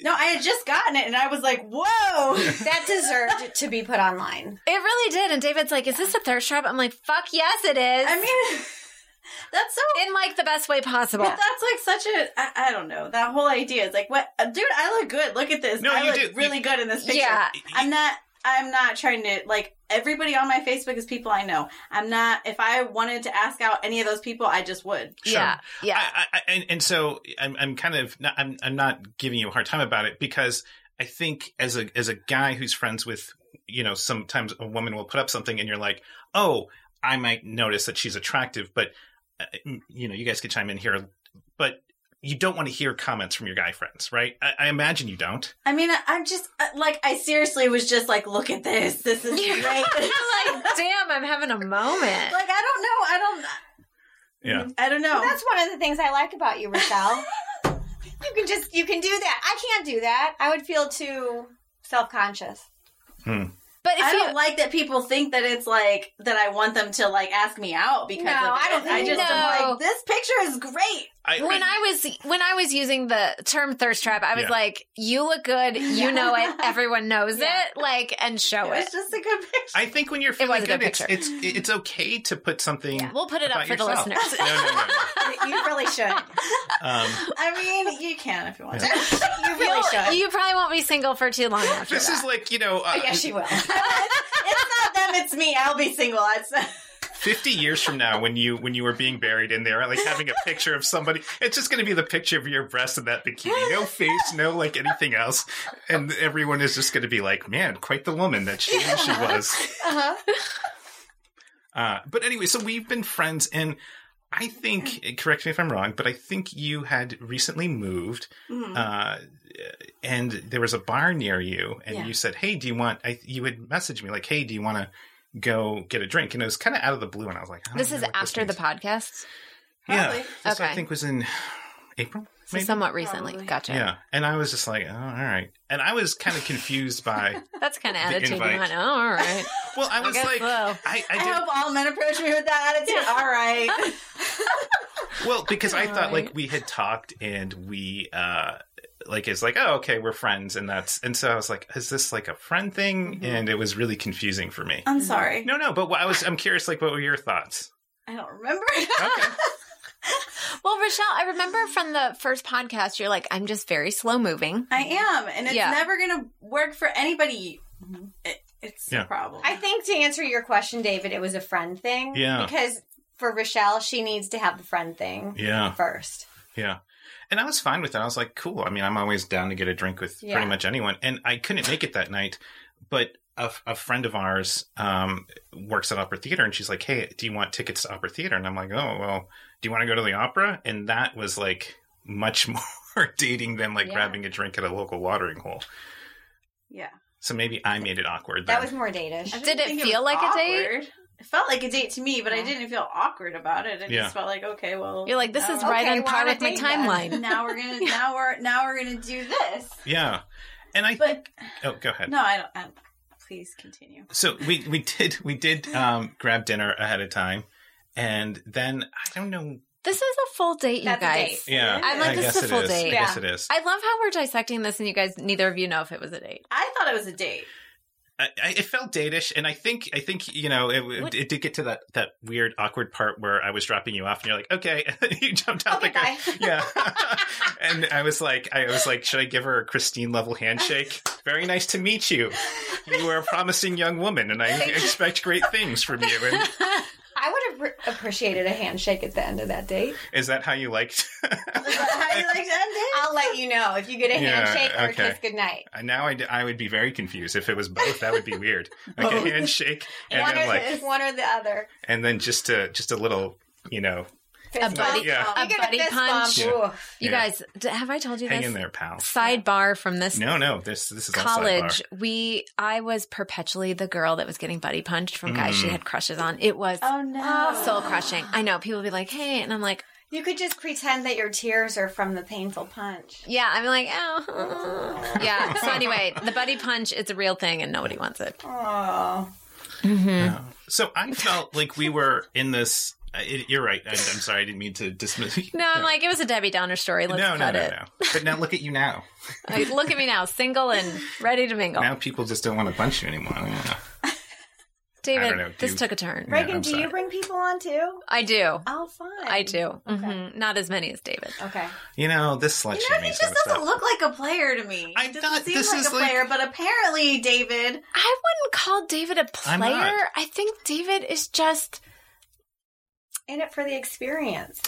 Speaker 4: no, I had just gotten it, and I was like, "Whoa!"
Speaker 3: that deserved to be put online.
Speaker 1: It really did. And David's like, is this a thirst trap? I'm like, fuck yes, it is.
Speaker 4: I mean, that's so.
Speaker 1: in like the best way possible.
Speaker 4: But that's like such a. I, I don't know. That whole idea is like, what, dude? I look good. Look at this.
Speaker 2: No,
Speaker 4: I
Speaker 2: you
Speaker 4: look
Speaker 2: do.
Speaker 4: really good in this picture.
Speaker 1: Yeah.
Speaker 4: I'm not. I'm not trying to like everybody on my Facebook is people I know. I'm not. If I wanted to ask out any of those people, I just would.
Speaker 2: Sure.
Speaker 1: Yeah. Yeah.
Speaker 2: I, I, I- and, and so I'm, I'm kind of not, I'm, I'm not giving you a hard time about it because I think as a as a guy who's friends with you know sometimes a woman will put up something and you're like oh I might notice that she's attractive but uh, you know you guys could chime in here but you don't want to hear comments from your guy friends right I, I imagine you don't
Speaker 4: I mean, I, I'm just uh, like I seriously was just like, look at this. This is
Speaker 1: Yeah.
Speaker 4: great. like
Speaker 1: I'm like, damn, I'm having a moment.
Speaker 4: I don't know. I
Speaker 2: yeah
Speaker 4: don't. I don't know.
Speaker 3: That's one of the things I like about you, Rochelle. you can just you can do that. I can't do that. I would feel too self conscious.
Speaker 1: But if
Speaker 4: I
Speaker 1: you,
Speaker 4: don't like that people think that it's like that I want them to like ask me out because
Speaker 3: No,
Speaker 4: of it.
Speaker 3: I don't
Speaker 4: I
Speaker 3: think-
Speaker 4: just
Speaker 1: No.
Speaker 4: am like this picture is great.
Speaker 2: I,
Speaker 1: when I was when I was using the term thirst trap, I was
Speaker 2: Yeah.
Speaker 1: like, "You look good, you know it, everyone knows
Speaker 4: Yeah.
Speaker 1: it, like, and show
Speaker 4: It
Speaker 1: it."
Speaker 4: was just a good picture.
Speaker 2: I think when you're
Speaker 1: was
Speaker 2: feeling
Speaker 1: a
Speaker 2: good,
Speaker 1: good
Speaker 2: it's,
Speaker 1: picture.
Speaker 2: it's it's okay to put something
Speaker 1: We'll put it up
Speaker 2: about
Speaker 1: for
Speaker 2: yourself.
Speaker 1: the listeners.
Speaker 2: no, no, no, no.
Speaker 3: You really should.
Speaker 2: Um,
Speaker 4: I mean, you can if you want. to.
Speaker 3: You really
Speaker 1: You'll-
Speaker 3: should.
Speaker 1: You probably won't be single for too long after
Speaker 2: this
Speaker 1: that.
Speaker 2: is like you know uh,
Speaker 3: Yes, she will.
Speaker 4: it's not them, it's me. I'll be single. It's,
Speaker 2: 50 years from now when you when you were being buried in there like having a picture of somebody it's just going to be the picture of your breast in that bikini no face no like anything else and everyone is just going to be like man quite the woman that she she was
Speaker 3: Uh-huh.
Speaker 2: uh, but anyway so we've been friends and i think correct me if i'm wrong but i think you had recently moved
Speaker 4: Mhm.
Speaker 1: Mm-hmm.
Speaker 2: uh, and there was a bar near you and
Speaker 4: Yeah.
Speaker 2: you said hey do you want i you would message me like hey do you want to go get a drink and it was kind of out of the blue and i was like I don't
Speaker 1: This
Speaker 2: know
Speaker 1: is
Speaker 2: what
Speaker 1: after
Speaker 2: means.
Speaker 1: the podcast,
Speaker 2: Yeah.
Speaker 4: Probably.
Speaker 2: This, I
Speaker 1: Okay.
Speaker 2: think was in April.
Speaker 1: so
Speaker 2: Maybe?
Speaker 1: somewhat recently.
Speaker 4: Probably.
Speaker 1: Gotcha.
Speaker 2: yeah. And I was just like, oh, all right. And I was kind of confused by,
Speaker 1: That's kind of
Speaker 2: The
Speaker 1: attitude you
Speaker 2: invite.
Speaker 1: want. Oh, all right.
Speaker 2: well, I was
Speaker 1: guess
Speaker 2: like,
Speaker 1: so.
Speaker 2: I, I
Speaker 4: I
Speaker 2: did,
Speaker 4: hope all men approach me with that attitude. All right.
Speaker 2: well, because I thought
Speaker 1: Alright.
Speaker 2: like we had talked and we, uh, like it's like oh okay we're friends and that's and so I was like is this like a friend thing
Speaker 1: Mm-hmm.
Speaker 2: and it was really confusing for me.
Speaker 4: I'm sorry.
Speaker 2: No no but what I was I'm curious like what were your thoughts?
Speaker 4: I don't remember.
Speaker 2: Okay.
Speaker 1: Well, Rochelle, I remember from the first podcast, you're like, "I'm just very slow moving."
Speaker 4: I am, and it's
Speaker 1: Yeah.
Speaker 4: never going to work for anybody. It, it's
Speaker 2: Yeah.
Speaker 4: a problem.
Speaker 3: I think to answer your question, David, it was a friend thing.
Speaker 2: Yeah.
Speaker 3: Because for Rochelle, she needs to have the friend thing
Speaker 2: yeah.
Speaker 3: first.
Speaker 2: Yeah. And I was fine with that. I was like, cool. I mean, I'm always down to get a drink with
Speaker 3: Yeah.
Speaker 2: pretty much anyone. And I couldn't make it that night, but a, a friend of ours um, works at Opera Theater and she's like, hey, do you want tickets to Opera Theater? And I'm like, oh, well, do you want to go to the opera? And that was like much more dating than like
Speaker 3: Yeah.
Speaker 2: grabbing a drink at a local watering hole.
Speaker 4: yeah.
Speaker 2: So maybe I made it awkward.
Speaker 3: That
Speaker 2: then.
Speaker 3: was more datish.
Speaker 4: I didn't
Speaker 1: Did it
Speaker 4: think
Speaker 1: feel
Speaker 4: was
Speaker 1: like a date?
Speaker 4: awkward. It felt like a date to me, but I
Speaker 1: Yeah.
Speaker 4: didn't feel awkward about it. I
Speaker 2: Yeah.
Speaker 4: just felt like, okay, well,
Speaker 1: You're like, this is
Speaker 4: now-
Speaker 1: right
Speaker 3: Okay,
Speaker 1: on
Speaker 3: we're
Speaker 1: par
Speaker 3: on a
Speaker 1: with my
Speaker 3: date then.
Speaker 1: timeline.
Speaker 4: Now we're gonna now we're now we're gonna do this.
Speaker 2: Yeah. And I
Speaker 4: But
Speaker 2: oh, go ahead.
Speaker 4: no, I don't. I, please continue.
Speaker 2: So we we did we did um, grab dinner ahead of time, and then I don't know.
Speaker 1: This is a full date, you
Speaker 3: That's a
Speaker 1: guys.
Speaker 3: date.
Speaker 2: Yeah,
Speaker 4: I'm
Speaker 1: like,
Speaker 2: I
Speaker 1: this is
Speaker 2: guess
Speaker 1: a
Speaker 2: it
Speaker 1: full
Speaker 2: is.
Speaker 1: date.
Speaker 2: I guess it is.
Speaker 1: I love how we're dissecting this, and you guys, neither of you know if it was a date.
Speaker 4: I thought it was a date.
Speaker 2: I, I, it felt datish, and I think I think you know
Speaker 1: What-
Speaker 2: it, it did get to that that weird awkward part where I was dropping you off, and you're like, okay, you jumped out
Speaker 3: Okay,
Speaker 2: the car.
Speaker 3: bye.
Speaker 2: Yeah, and I was like, I was like, should I give her a Christine level handshake? Very nice to meet you. You are a promising young woman, and I
Speaker 3: Thank you.
Speaker 2: expect great things from you. And
Speaker 3: I would have re- appreciated a handshake at the end of that date.
Speaker 2: is that how you liked?
Speaker 4: Is that how you like to end it?
Speaker 3: I'll let you know if you get a
Speaker 2: Yeah,
Speaker 3: handshake or
Speaker 2: okay.
Speaker 3: a kiss goodnight.
Speaker 2: And now I, d- I would be very confused if it was both. That would be weird. Like
Speaker 1: Both.
Speaker 2: a handshake, and
Speaker 3: one,
Speaker 2: then
Speaker 3: or
Speaker 2: like,
Speaker 3: the, one or the other.
Speaker 2: and then just a just a little, you know,
Speaker 3: Fist
Speaker 1: buddy-
Speaker 3: bump.
Speaker 2: yeah.
Speaker 3: You
Speaker 1: A
Speaker 3: get
Speaker 1: buddy
Speaker 3: fist
Speaker 1: punch.
Speaker 2: Yeah.
Speaker 3: Bump. ooh.
Speaker 1: You
Speaker 2: Yeah.
Speaker 1: guys, d- have I told you
Speaker 2: hang
Speaker 1: this?
Speaker 2: in there, pal.
Speaker 1: Sidebar from this
Speaker 2: No, no, this this is all
Speaker 1: college,
Speaker 2: sidebar.
Speaker 1: we I was perpetually the girl that was getting buddy punched from guys she
Speaker 2: Mm.
Speaker 1: had crushes on. It was
Speaker 4: Oh no!
Speaker 1: soul crushing. I know people would be like, "Hey," and I'm like,
Speaker 3: You could just pretend that your tears are from the painful punch.
Speaker 1: "Yeah," I'm like, "Oh, yeah." So anyway, the buddy punch, it's a real thing, and nobody wants it.
Speaker 4: Oh,
Speaker 2: Yeah. So I felt like we were in this. I- It, you're right. I, I'm sorry. I didn't mean to dismiss.
Speaker 1: No, I'm like, it was a Debbie Downer story. Let's
Speaker 2: no, no, no,
Speaker 1: cut
Speaker 2: no,
Speaker 1: it.
Speaker 2: But now look at you now.
Speaker 1: Like, look at me now, single and ready to mingle.
Speaker 2: Now people just don't want to punch you anymore. I don't know. I
Speaker 1: David,
Speaker 2: don't know,
Speaker 1: this
Speaker 2: dude.
Speaker 1: took a turn.
Speaker 2: Yeah,
Speaker 3: Reagan,
Speaker 2: I'm
Speaker 3: do
Speaker 2: sorry.
Speaker 3: you bring people on too?
Speaker 1: I do.
Speaker 3: Oh, fun.
Speaker 1: I do. hmm Not as many as David.
Speaker 3: Okay.
Speaker 2: You know this slut
Speaker 4: you know, he
Speaker 2: shaming
Speaker 4: just
Speaker 2: sort of
Speaker 4: doesn't
Speaker 2: stuff.
Speaker 4: look like a player to me.
Speaker 2: I
Speaker 4: He
Speaker 2: thought
Speaker 4: doesn't seem
Speaker 2: this
Speaker 4: like
Speaker 2: is
Speaker 4: a
Speaker 2: like-
Speaker 4: player, but apparently, David.
Speaker 1: I wouldn't call David a
Speaker 2: I'm
Speaker 1: player.
Speaker 2: not.
Speaker 1: I think David is just
Speaker 3: In it for the experience.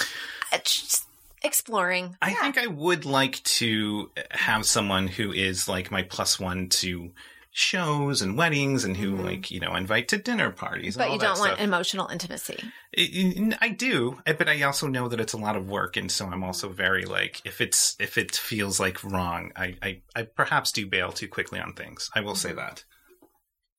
Speaker 1: uh, just exploring.
Speaker 2: I think I would like to have someone who is like my plus one to shows and weddings and who like you know invite to dinner parties
Speaker 1: Mm-hmm.
Speaker 2: and
Speaker 1: But
Speaker 2: all
Speaker 1: you
Speaker 2: that
Speaker 1: don't want
Speaker 2: stuff.
Speaker 1: emotional intimacy.
Speaker 2: I- I I do, eh, but I also know that it's a lot of work, and so I'm also very like if it's if it feels like wrong, I I, I perhaps do bail too quickly on things. I will say that.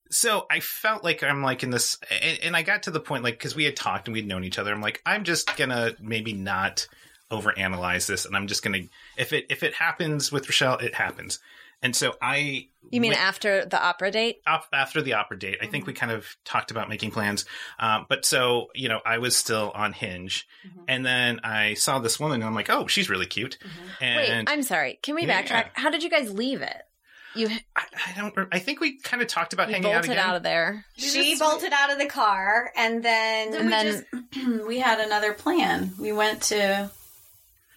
Speaker 2: So I felt like I'm like in this, and, and I got to the point like because we had talked and we'd known each other. I'm like I'm just gonna maybe not overanalyze this, and I'm just gonna if it if it happens with Rochelle, it happens. And so I
Speaker 1: You mean
Speaker 2: went-
Speaker 1: after the opera date?
Speaker 2: af- after the opera date, I think we kind of talked about making plans. Um, but so, you know, I was still on Hinge. And then I saw this woman and I'm like, oh, she's really cute.
Speaker 1: Mm-hmm. Wait,
Speaker 2: And
Speaker 1: I'm sorry. Can we
Speaker 2: Yeah.
Speaker 1: backtrack? How did you guys leave it? You, you
Speaker 2: I, I don't, re- I think we kind of talked about hanging out
Speaker 1: bolted
Speaker 2: again.
Speaker 1: out of there.
Speaker 3: She bolted out of the car and then.
Speaker 4: Then we
Speaker 1: then-
Speaker 4: just we had another plan. We went to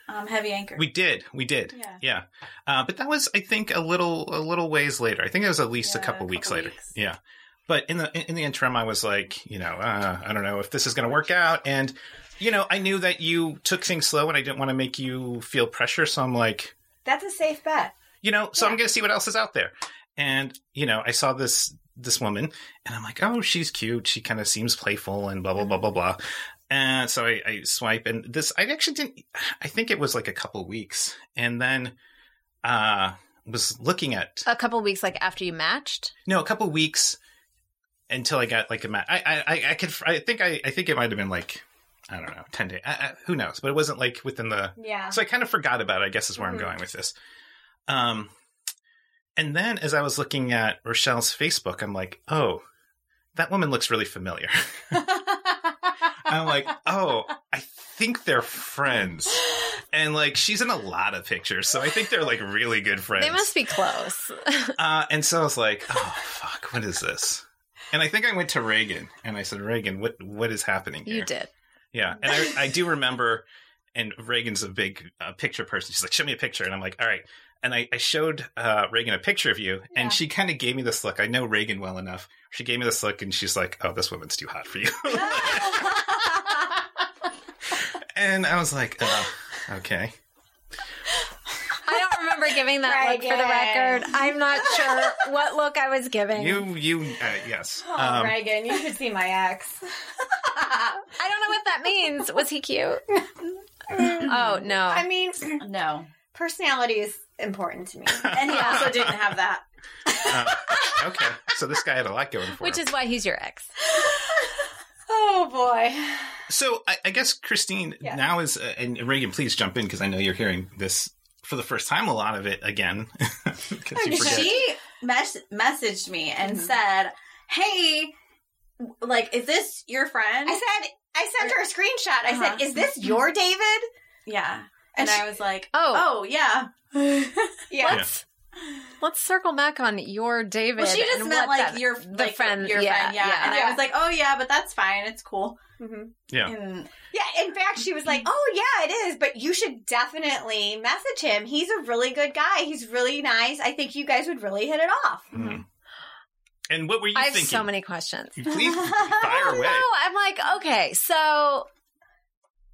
Speaker 4: um, Heavy Anchor.
Speaker 2: we did, we did,
Speaker 4: Yeah.
Speaker 2: yeah. Uh, but that was, I think, a little, a little ways later. I think it was at least a
Speaker 4: Yeah,
Speaker 2: couple,
Speaker 4: a
Speaker 2: weeks
Speaker 4: couple
Speaker 2: later.
Speaker 4: weeks.
Speaker 2: Yeah. But in the in the interim, I was like, you know, uh, I don't know if this is going to work out, and you know, I knew that you took things slow, and I didn't want to make you feel pressure, so I'm like,
Speaker 3: That's a safe bet.
Speaker 2: you know so i'm gonna see what else is out there and you know i saw this this woman and i'm like oh she's cute she kind of seems playful and blah blah blah blah blah and so I, I swipe and this i actually didn't i think it was like a couple weeks and then uh was looking at
Speaker 1: A couple weeks, like after you matched.
Speaker 2: no a couple weeks until i got like a ma- i i i, I could i think i i think it might have been like i don't know 10 days I, I, who knows but it wasn't like within the
Speaker 3: Yeah.
Speaker 2: so I kind of forgot about it, I guess is where I'm
Speaker 1: Mm.
Speaker 3: Mhm.
Speaker 2: going with this. Um and then as I was looking at Rochelle's Facebook, I'm like, oh, that woman looks really familiar. I'm like, oh, I think they're friends. And like she's in a lot of pictures, so I think they're like really good friends.
Speaker 1: They must be close.
Speaker 2: Uh, and so I was like, "Oh fuck, what is this?" And I think I went to Reagan and I said, "Reagan, what what is happening here?"
Speaker 1: you did.
Speaker 2: Yeah, and I, I do remember, and Reagan's a big uh, picture person. She's like, "Show me a picture," and I'm like, "All right." And I, I showed uh, Reagan a picture of you,
Speaker 3: Yeah.
Speaker 2: and she kind of gave me this look. I know Reagan well enough. She gave me this look, and she's like, "Oh, this woman's too hot for you." and I was like, uh, "Okay."
Speaker 1: I don't remember giving that look for the
Speaker 3: Reagan.
Speaker 1: record. I'm not sure what look I was giving.
Speaker 2: You, you, uh, yes.
Speaker 3: Oh,
Speaker 2: Um,
Speaker 3: Reagan, you should see my ex.
Speaker 1: I don't know what that means. Was he cute? oh no.
Speaker 3: I mean,
Speaker 4: no,
Speaker 3: personality is important to me.
Speaker 4: and he also didn't have that.
Speaker 2: uh, okay, so this guy had a lot going for
Speaker 1: Which
Speaker 2: him.
Speaker 1: is why he's your ex.
Speaker 3: Oh, boy.
Speaker 2: So I, I guess Christine
Speaker 3: Yeah.
Speaker 2: now is, uh, and Reagan, please jump in because I know you're hearing this for the first time. A lot of it again. 'Cause you forget.
Speaker 4: she mes- messaged me and
Speaker 1: Mhm.
Speaker 4: said, "Hey, w- like, is this your friend?"
Speaker 3: I said, I sent her a screenshot. I
Speaker 4: Uh-huh.
Speaker 3: said, "Is this your David?"
Speaker 4: yeah,
Speaker 3: And
Speaker 4: and,
Speaker 3: she-
Speaker 4: I was like,
Speaker 1: Oh,
Speaker 4: "Oh, yeah." well,
Speaker 3: Yeah.
Speaker 1: let's let's circle back on your David.
Speaker 4: she just
Speaker 1: and
Speaker 4: meant
Speaker 1: what
Speaker 4: like
Speaker 1: that-
Speaker 4: your
Speaker 1: the
Speaker 4: like,
Speaker 1: friend-
Speaker 4: your
Speaker 1: yeah,
Speaker 4: friend, yeah.
Speaker 1: yeah.
Speaker 4: And
Speaker 3: Yeah.
Speaker 4: I was like, "Oh yeah, but that's fine. It's cool."
Speaker 3: hmm
Speaker 2: Yeah.
Speaker 4: And
Speaker 3: Yeah. In fact, she was like, "Oh yeah, it is." But you should definitely message him. He's a really good guy. He's really nice. I think you guys would really hit it off.
Speaker 4: Mm-hmm.
Speaker 2: Mm. And what were you
Speaker 1: I have
Speaker 2: thinking?
Speaker 1: so many questions.
Speaker 2: Please fire
Speaker 1: Oh,
Speaker 2: away.
Speaker 1: No, I'm like, okay, so,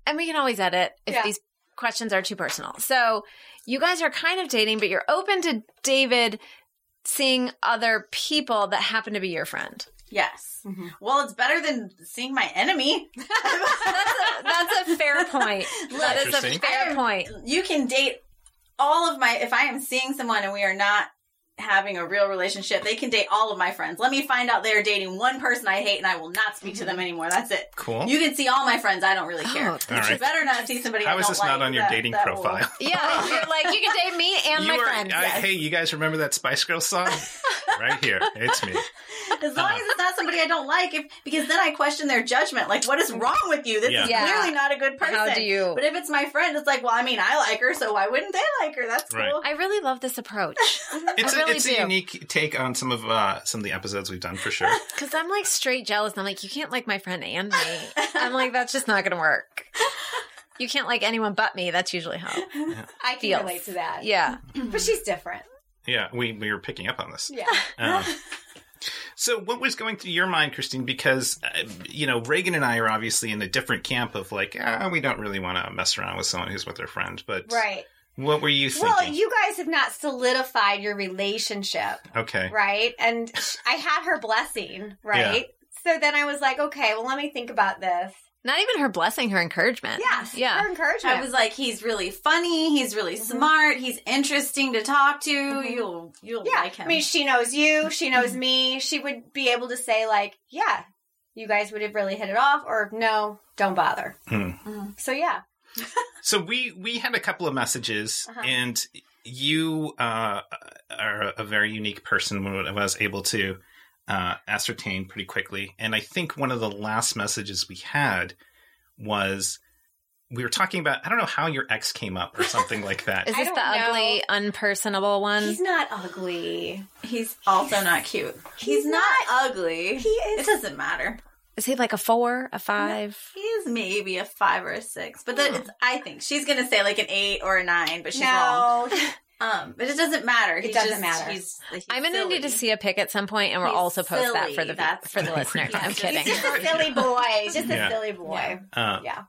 Speaker 1: and we can always edit if
Speaker 3: Yeah.
Speaker 1: these questions are too personal. So, you guys are kind of dating, but you're open to David seeing other people that happen to be your friend.
Speaker 4: yes, well, it's better than seeing my enemy.
Speaker 1: That's a, that's a fair point. That is a
Speaker 2: Interesting.
Speaker 1: fair point.
Speaker 4: you can date all of my if i am seeing someone and we are not having a real relationship they can date all of my friends let me find out they're dating one person i hate and i will not speak to them anymore that's it
Speaker 2: Cool.
Speaker 4: you can see all my friends i don't really care
Speaker 1: Oh,
Speaker 2: All
Speaker 4: you
Speaker 2: right.
Speaker 4: better not see somebody
Speaker 2: How
Speaker 4: I
Speaker 2: is
Speaker 4: don't
Speaker 2: this
Speaker 4: like.
Speaker 2: not on your
Speaker 4: That-
Speaker 2: dating
Speaker 4: that will-
Speaker 2: profile?
Speaker 1: Yeah, you're like you can date me and
Speaker 2: you
Speaker 1: my
Speaker 2: are,
Speaker 1: friends.
Speaker 2: I,
Speaker 1: yes.
Speaker 2: Hey, you guys remember that Spice Girls song? right here. It's me.
Speaker 4: as long as it's not somebody i don't like if because then i question their judgment like what is wrong with you this is
Speaker 1: Yeah.
Speaker 4: clearly not a good person
Speaker 1: How do you?
Speaker 4: but if it's my friend it's like well i mean i like her so why wouldn't they like her that's
Speaker 2: Right.
Speaker 4: cool
Speaker 1: I really love this approach
Speaker 2: It's,
Speaker 1: I really
Speaker 2: a, it's
Speaker 1: do.
Speaker 2: a unique take on some of uh, some of the episodes we've done for sure.
Speaker 1: because I'm like straight jealous. And I'm like, you can't like my friend and me. I'm like, that's just not gonna work. You can't like anyone but me. That's usually how.
Speaker 3: I can
Speaker 1: Feels.
Speaker 3: relate to that.
Speaker 1: Yeah.
Speaker 3: But she's different.
Speaker 2: Yeah, we, we were picking up on this.
Speaker 3: Yeah.
Speaker 2: Um, so, what was going through your mind, Christine? Because, uh, you know, Reagan and I are obviously in a different camp of like, ah, we don't really want to mess around with someone who's with their friend. But
Speaker 3: Right.
Speaker 2: what were you thinking?
Speaker 3: Well, you guys have not solidified your relationship,
Speaker 2: okay.
Speaker 3: right? And sh- I had her blessing, right? So then I was like, okay, well, let me think about this.
Speaker 1: Not even her blessing, her encouragement.
Speaker 3: Yes.
Speaker 1: Yeah.
Speaker 3: Her encouragement.
Speaker 4: I was like, he's really funny. He's really smart. He's interesting to talk to. You'll you'll
Speaker 3: yeah.
Speaker 4: like him.
Speaker 3: I mean, she knows you. She knows me. She would be able to say, like, yeah, you guys would have really hit it off, or no, don't bother.
Speaker 2: Hmm.
Speaker 4: Mm-hmm.
Speaker 3: So yeah.
Speaker 2: So we we had a couple of messages,
Speaker 3: Uh-huh.
Speaker 2: and you uh, are a very unique person. When I was able to uh, ascertain pretty quickly, and I think one of the last messages we had was we were talking about I don't know how your ex came up or something like that.
Speaker 1: Is
Speaker 3: I
Speaker 1: this the
Speaker 3: don't know.
Speaker 1: ugly, unpersonable one?
Speaker 3: He's not ugly.
Speaker 4: he's also not cute. He's,
Speaker 3: he's
Speaker 4: not,
Speaker 3: not-
Speaker 4: ugly.
Speaker 3: He is.
Speaker 4: it doesn't matter.
Speaker 1: Is he like a four, a five?
Speaker 4: He is maybe a five or a six, but that it's, I think she's gonna say like an eight or a nine, but she's wrong.
Speaker 3: no.
Speaker 4: Um, but it doesn't matter. He
Speaker 3: doesn't
Speaker 4: just-
Speaker 3: matter.
Speaker 4: He's, he's
Speaker 1: I'm gonna
Speaker 4: silly.
Speaker 1: need to see a pic at some point, and we'll
Speaker 4: He's
Speaker 1: also post that for
Speaker 4: silly.
Speaker 1: the
Speaker 4: That's-
Speaker 1: for the listener.
Speaker 4: He's
Speaker 1: I'm
Speaker 4: just-
Speaker 1: kidding.
Speaker 3: He's just a silly boy. Just
Speaker 2: Yeah.
Speaker 3: a silly boy.
Speaker 2: Uh,
Speaker 3: Yeah.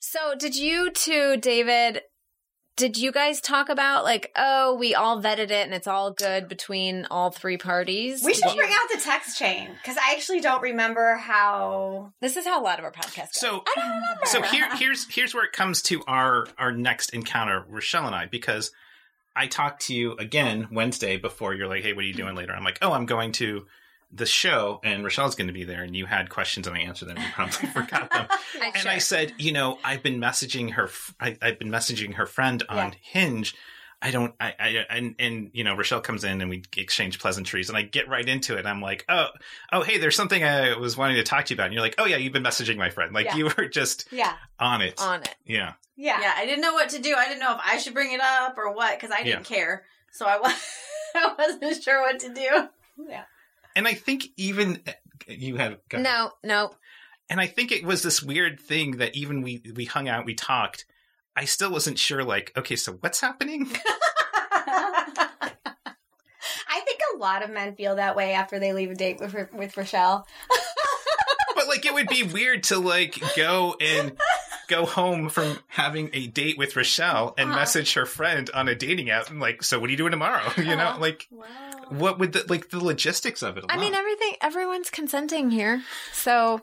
Speaker 1: So, did you two, David? Did you guys talk about like, oh, we all vetted it and it's all good between all three parties?
Speaker 3: We
Speaker 1: Did
Speaker 3: should
Speaker 1: you-
Speaker 3: bring out the text chain because I actually don't remember how.
Speaker 1: This is how a lot of our podcasts. go.
Speaker 2: So So here here's here's where it comes to our our next encounter, Rochelle and I, because I talked to you again Wednesday before you're like, Hey, what are you doing later? I'm like, Oh, I'm going to the show and Rochelle's gonna be there and you had questions and I answered them and you probably forgot them.
Speaker 1: I,
Speaker 2: And I
Speaker 1: sure.
Speaker 2: said, you know, I've been messaging her f- I, have been messaging her friend on Hinge. I don't I, I and and you know, Rochelle comes in and we exchange pleasantries and I get right into it. I'm like, Oh oh hey, there's something I was wanting to talk to you about and you're like, Oh yeah, you've been messaging my friend. Like
Speaker 3: Yeah.
Speaker 2: you were just
Speaker 3: Yeah.
Speaker 2: on it.
Speaker 1: on it.
Speaker 2: yeah.
Speaker 3: Yeah.
Speaker 4: Yeah, I didn't know what to do. I didn't know if I should bring it up or what because I didn't care. So I was I wasn't sure what to do.
Speaker 2: And I think even eh, you had go ahead.
Speaker 1: No, no.
Speaker 2: And I think it was this weird thing that even we we hung out, we talked. I still wasn't sure. Like, okay, so what's happening?
Speaker 3: I think a lot of men feel that way after they leave a date with, with Rochelle.
Speaker 2: but like, it would be weird to like go and go home from having a date with Rochelle and
Speaker 4: Uh-huh.
Speaker 2: message her friend on a dating app and like, so what are you doing tomorrow? You know,
Speaker 4: Uh-huh.
Speaker 2: like.
Speaker 4: Wow.
Speaker 2: What would the like the logistics of it?
Speaker 1: I mean,
Speaker 2: alone.
Speaker 1: everything. Everyone's consenting here, so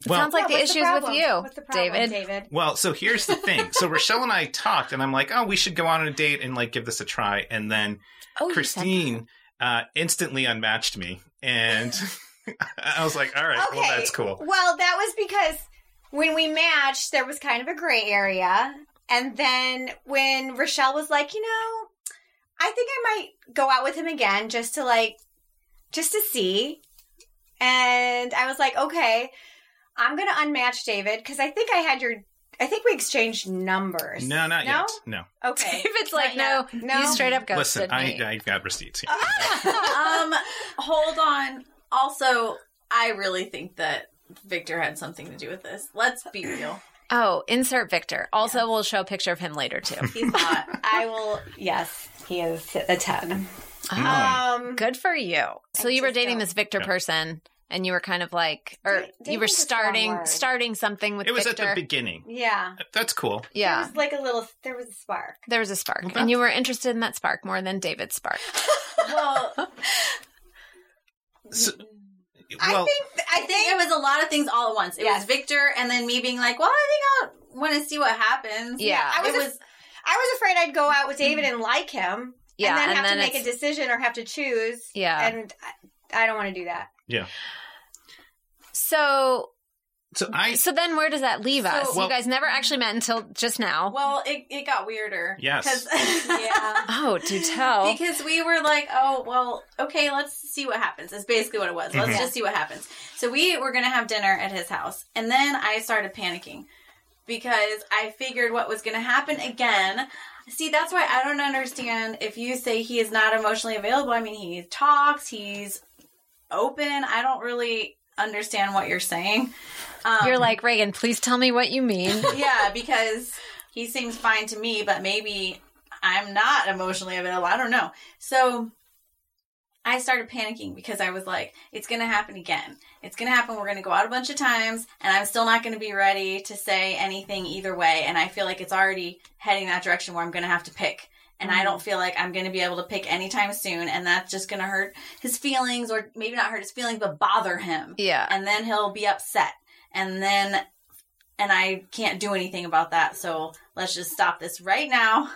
Speaker 1: it
Speaker 2: Well-
Speaker 1: sounds like
Speaker 3: Yeah,
Speaker 1: the
Speaker 3: what's
Speaker 1: issue's with
Speaker 3: problem?
Speaker 1: you,
Speaker 3: What's the problem,
Speaker 1: David.
Speaker 3: David.
Speaker 2: Well, so here's the thing. So Rochelle and I talked, and I'm like, oh, we should go on a date and like give this a try. And then
Speaker 1: Oh, you said-
Speaker 2: Christine uh, instantly unmatched me, and I was like, all right, well, that's cool.
Speaker 3: Well, that was because when we matched, there was kind of a gray area. And then when Rochelle was like, you know, I think I might go out with him again just to like, just to see. And I was like, okay, I'm going to unmatch David because I think I had your, I think we exchanged numbers.
Speaker 2: No, not
Speaker 3: No?
Speaker 2: yet. No.
Speaker 3: Okay.
Speaker 1: David's like, no,
Speaker 4: Not
Speaker 3: No.
Speaker 1: you straight up ghosted
Speaker 2: Listen, I,
Speaker 1: me.
Speaker 2: I've got receipts here.
Speaker 4: Oh, um, hold on. Also, I really think that Victor had something to do with this. Let's be real.
Speaker 1: oh, insert Victor. Also, we'll show a picture of him later too.
Speaker 4: He's not.
Speaker 3: I will, yes, he is a 10.
Speaker 2: Mm.
Speaker 3: Um,
Speaker 1: Good for you. So
Speaker 3: I
Speaker 1: you were
Speaker 3: just
Speaker 1: dating
Speaker 3: don't-
Speaker 1: this Victor
Speaker 2: Yeah.
Speaker 1: person, and you were kind of like, or
Speaker 3: Da-
Speaker 1: you were
Speaker 3: dating's just the wrong
Speaker 1: starting
Speaker 3: word.
Speaker 1: starting something with
Speaker 2: it was
Speaker 1: Victor.
Speaker 2: at the beginning.
Speaker 3: yeah.
Speaker 2: That's cool.
Speaker 1: yeah,
Speaker 3: There was like a little, there was a spark.
Speaker 1: there was a spark,
Speaker 2: Well,
Speaker 1: and you were interested in that spark more than David's spark.
Speaker 4: Well,
Speaker 2: So-
Speaker 3: I
Speaker 2: well,
Speaker 3: think, th-
Speaker 4: I think it was a lot of things all at once. It
Speaker 3: Yes.
Speaker 4: was Victor, and then me being like, "Well, I think I'll want to see what happens."
Speaker 1: Yeah.
Speaker 3: I was,
Speaker 4: it
Speaker 3: af-
Speaker 4: was.
Speaker 3: I was afraid I'd go out with David and like him,
Speaker 1: Yeah,
Speaker 3: and then
Speaker 1: and
Speaker 3: have
Speaker 1: then
Speaker 3: to make a
Speaker 1: it's-
Speaker 3: decision or have to choose.
Speaker 1: Yeah.
Speaker 3: and I, I don't want to do that.
Speaker 1: So,
Speaker 2: so I
Speaker 1: so then where does that leave
Speaker 4: So-
Speaker 1: us?
Speaker 2: Well-
Speaker 1: you guys never actually met until just now.
Speaker 4: Well, it it got weirder.
Speaker 2: Yes.
Speaker 4: 'Cause-
Speaker 1: oh, do tell.
Speaker 4: Because we were like, oh, well, okay, let's see what happens. It's basically what it was. Let's
Speaker 2: Mhm.
Speaker 4: just see what happens. So we were going to have dinner at his house. And then I started panicking because I figured what was going to happen again. See, that's why I don't understand if you say he is not emotionally available. I mean, he talks, he's open. I don't really understand what you're saying. Um,
Speaker 1: You're like Reagan. Please tell me what you mean.
Speaker 4: yeah, because he seems fine to me, but maybe I'm not emotionally available. I don't know. So I started panicking because I was like, it's going to happen again. It's going to happen. We're going to go out a bunch of times, and I'm still not going to be ready to say anything either way. And I feel like it's already heading that direction where I'm going to have to pick. And I don't feel like I'm going to be able to pick anytime soon. And that's just going to hurt his feelings, or maybe not hurt his feelings, but bother him
Speaker 1: yeah.
Speaker 4: and then he'll be upset and then and i can't do anything about that so let's just stop this right now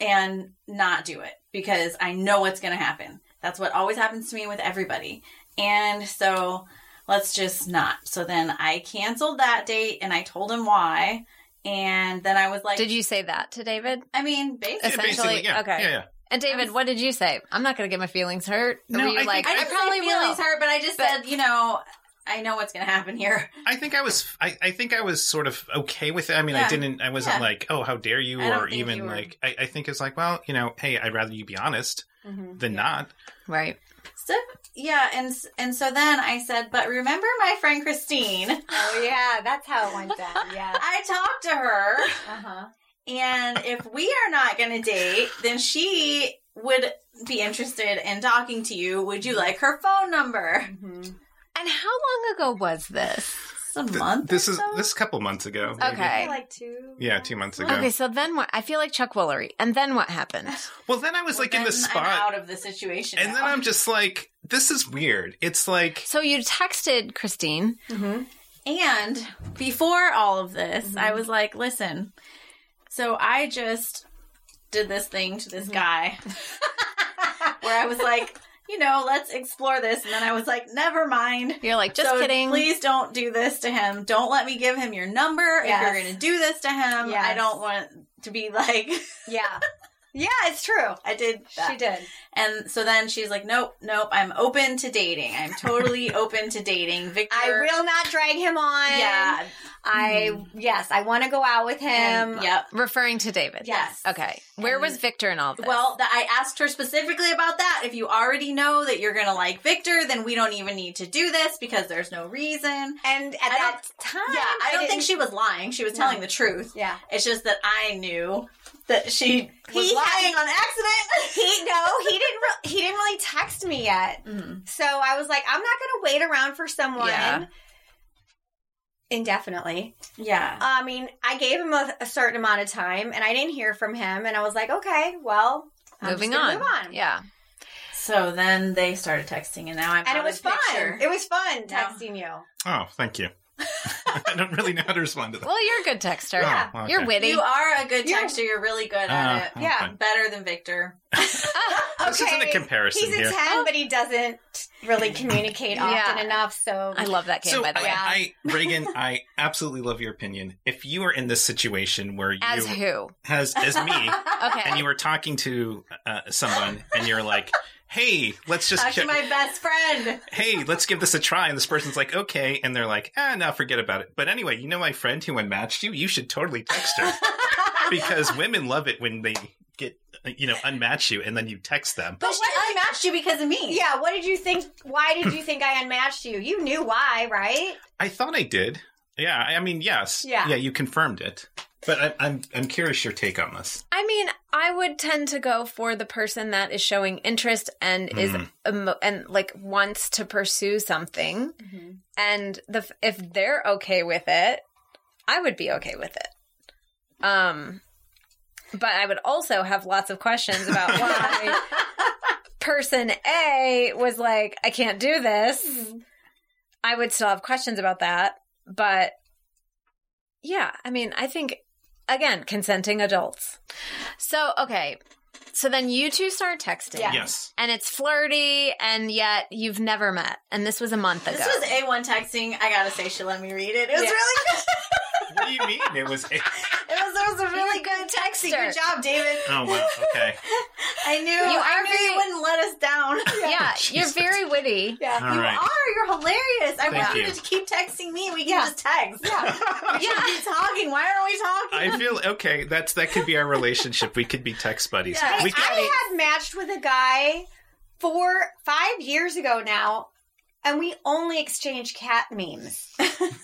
Speaker 4: and not do it because i know what's going to happen that's what always happens to me with everybody and so let's just not so then i canceled that date and i told him why and then i was like
Speaker 1: Did you say that to David?
Speaker 4: i mean basically
Speaker 2: yeah, basically,
Speaker 1: essentially-
Speaker 2: yeah,
Speaker 1: okay.
Speaker 2: yeah, yeah.
Speaker 1: And David, what did you say? I'm not going to get my feelings hurt. Or
Speaker 2: No,
Speaker 1: were you
Speaker 2: I think-
Speaker 1: like,
Speaker 4: i,
Speaker 1: I,
Speaker 4: didn't
Speaker 1: probably
Speaker 4: say
Speaker 1: will.
Speaker 4: feelings hurt but i just said you know i know what's going to happen here
Speaker 2: I think I was, I, I think I was sort of okay with it. I mean, I
Speaker 4: Yeah.
Speaker 2: didn't, I wasn't
Speaker 4: Yeah.
Speaker 2: like, oh, how dare you,
Speaker 4: I don't
Speaker 2: or
Speaker 4: think
Speaker 2: even
Speaker 4: you were-
Speaker 2: like, I, I think it's like, well, you know, hey, I'd rather you be honest than not.
Speaker 1: Right.
Speaker 4: So yeah, and and so then I said, but remember my friend Christine?
Speaker 3: Oh yeah, that's how it went down. Yeah.
Speaker 4: I talked to her,
Speaker 3: Uh-huh.
Speaker 4: and if we are not going to date, then she would be interested in talking to you. Would you like her phone number?
Speaker 3: Mhm.
Speaker 1: And how long ago was this?
Speaker 4: It's a month.
Speaker 2: This
Speaker 4: or
Speaker 2: is
Speaker 4: so?
Speaker 2: this is a couple months ago.
Speaker 1: Okay.
Speaker 3: Maybe Like two.
Speaker 2: Yeah, two months ago.
Speaker 1: Okay, so then what? I feel like Chuck Woolery. And then what happened?
Speaker 2: Well, then I was like in
Speaker 4: Then
Speaker 2: this
Speaker 4: I'm
Speaker 2: spot,
Speaker 4: out of the situation,
Speaker 2: and then
Speaker 1: Oh,
Speaker 4: now.
Speaker 2: I'm just like, this is weird. It's like,
Speaker 1: So you texted Christine.
Speaker 3: Mhm.
Speaker 4: And before all of this, I
Speaker 3: Mm-hmm.
Speaker 4: was like, listen, so I just did this thing to
Speaker 3: Mm-hmm.
Speaker 4: this guy where I was like, you know, let's explore this. And then I was like, never mind.
Speaker 1: You're like, just
Speaker 4: So
Speaker 1: kidding.
Speaker 4: Please don't do this to him. Don't let me give him your
Speaker 3: Yes.
Speaker 4: number if you're going to do this to him.
Speaker 3: Yes.
Speaker 4: I don't want to be like,
Speaker 3: Yeah. Yeah, it's true.
Speaker 4: I did that.
Speaker 3: She did.
Speaker 4: And so then she's like, nope, nope, I'm open to dating. I'm totally open to dating. Victor.
Speaker 3: I will not drag him on.
Speaker 4: Yeah.
Speaker 3: I yes, I want to go out with him.
Speaker 4: And- yep.
Speaker 1: Referring to David.
Speaker 4: Yes.
Speaker 1: Okay. Where
Speaker 4: And-
Speaker 1: was Victor in all of this?
Speaker 4: Well, th- I asked her specifically about that. If you already know that you're going to like Victor, then we don't even need to do this because there's no reason.
Speaker 3: And at
Speaker 4: I
Speaker 3: that time,
Speaker 4: Yeah, I don't think
Speaker 3: didn't-
Speaker 4: she was lying. She was telling the truth.
Speaker 3: Yeah.
Speaker 4: It's just that I knew that she was
Speaker 3: He
Speaker 4: lying
Speaker 3: had-
Speaker 4: on accident.
Speaker 3: He no, he didn't. Re- he didn't really text me yet.
Speaker 4: Mm.
Speaker 3: So I was like, I'm not going to wait around for someone
Speaker 1: Yeah.
Speaker 3: indefinitely.
Speaker 4: Yeah.
Speaker 3: I mean, I gave him a, a certain amount of time, and I didn't hear from him, and I was like, okay, well, I'm just
Speaker 1: moving
Speaker 3: gonna
Speaker 1: on.
Speaker 3: move on.
Speaker 1: Yeah.
Speaker 4: So then they started texting, and now I'm
Speaker 3: And
Speaker 4: out
Speaker 3: it
Speaker 4: of
Speaker 3: was
Speaker 4: the
Speaker 3: fun.
Speaker 4: picture.
Speaker 3: It was fun
Speaker 4: Yeah.
Speaker 3: texting you.
Speaker 2: oh, thank you. I don't really know how to respond to that.
Speaker 1: Well, you're a good texter.
Speaker 3: Yeah.
Speaker 2: Oh, okay.
Speaker 1: You're witty.
Speaker 4: You are a good
Speaker 3: You're-
Speaker 4: texter. You're really good
Speaker 2: Uh,
Speaker 4: at it.
Speaker 2: okay.
Speaker 3: yeah.
Speaker 4: Better than Victor.
Speaker 2: This isn't a comparison
Speaker 3: He's a
Speaker 2: here.
Speaker 3: 10, but he doesn't really communicate
Speaker 1: Yeah.
Speaker 3: often enough. So
Speaker 1: I love that game,
Speaker 2: so
Speaker 1: by the
Speaker 2: I,
Speaker 1: way.
Speaker 2: I- Reagan, I absolutely love your opinion. If you are in this situation where you
Speaker 1: As who?
Speaker 2: as as me and
Speaker 1: Okay.
Speaker 2: you were talking to uh, someone and you're like, "Hey, let's just
Speaker 4: Actually,
Speaker 2: ki-
Speaker 4: my best friend.
Speaker 2: hey, let's give this a try." And this person's like, "Okay," and they're like, "Ah, no, forget about it." But anyway, you know my friend who unmatched you. You should totally text her because women love it when they get you know unmatch you and then you text them.
Speaker 4: But what unmatched you because of me?
Speaker 3: yeah, what did you think? Why did you think I unmatched you? You knew why, right?
Speaker 2: I thought I did. Yeah, I I mean, yes.
Speaker 3: Yeah.
Speaker 2: yeah, you confirmed it. But I, I'm I'm curious your take on this.
Speaker 1: I mean, I would tend to go for the person that is showing interest and is
Speaker 2: Mhm.
Speaker 1: emo- and like wants to pursue something.
Speaker 2: Mm-hmm.
Speaker 4: Mhm.
Speaker 1: And the f- if they're okay with it, I would be okay with it. Um but I would also have lots of questions about why person A was like, I can't do
Speaker 2: Mm-hmm.
Speaker 1: this. I would still have questions about that, but yeah, I mean, I think again, consenting adults. So, okay. So then you two start texting.
Speaker 3: Yeah.
Speaker 2: Yes.
Speaker 1: And it's flirty and yet you've never met. And this was a month ago.
Speaker 4: This was A1 texting. I gotta say, she let me read it. It was
Speaker 1: Yeah.
Speaker 4: really good.
Speaker 2: What do you mean? It was.
Speaker 4: It was, it was a really good texting.
Speaker 1: texter.
Speaker 4: Good job, David.
Speaker 2: Oh wow. Okay.
Speaker 4: I knew you
Speaker 1: You
Speaker 4: I
Speaker 1: are
Speaker 4: knew
Speaker 1: very-
Speaker 4: you wouldn't let us down.
Speaker 1: yeah, you're
Speaker 2: Jesus.
Speaker 1: very witty.
Speaker 3: Yeah.
Speaker 2: All
Speaker 4: you
Speaker 2: right.
Speaker 4: are. You're hilarious. I
Speaker 2: Thank
Speaker 4: want you.
Speaker 2: you.
Speaker 4: to keep texting me. We can
Speaker 3: Yeah.
Speaker 4: just text.
Speaker 3: Yeah.
Speaker 4: We should be talking. Why aren't we talking?
Speaker 2: I feel okay. That's that could be our relationship. We could be text buddies.
Speaker 4: Yeah.
Speaker 2: we could,
Speaker 3: I had matched with a guy four, five years ago now, and we only exchanged cat memes.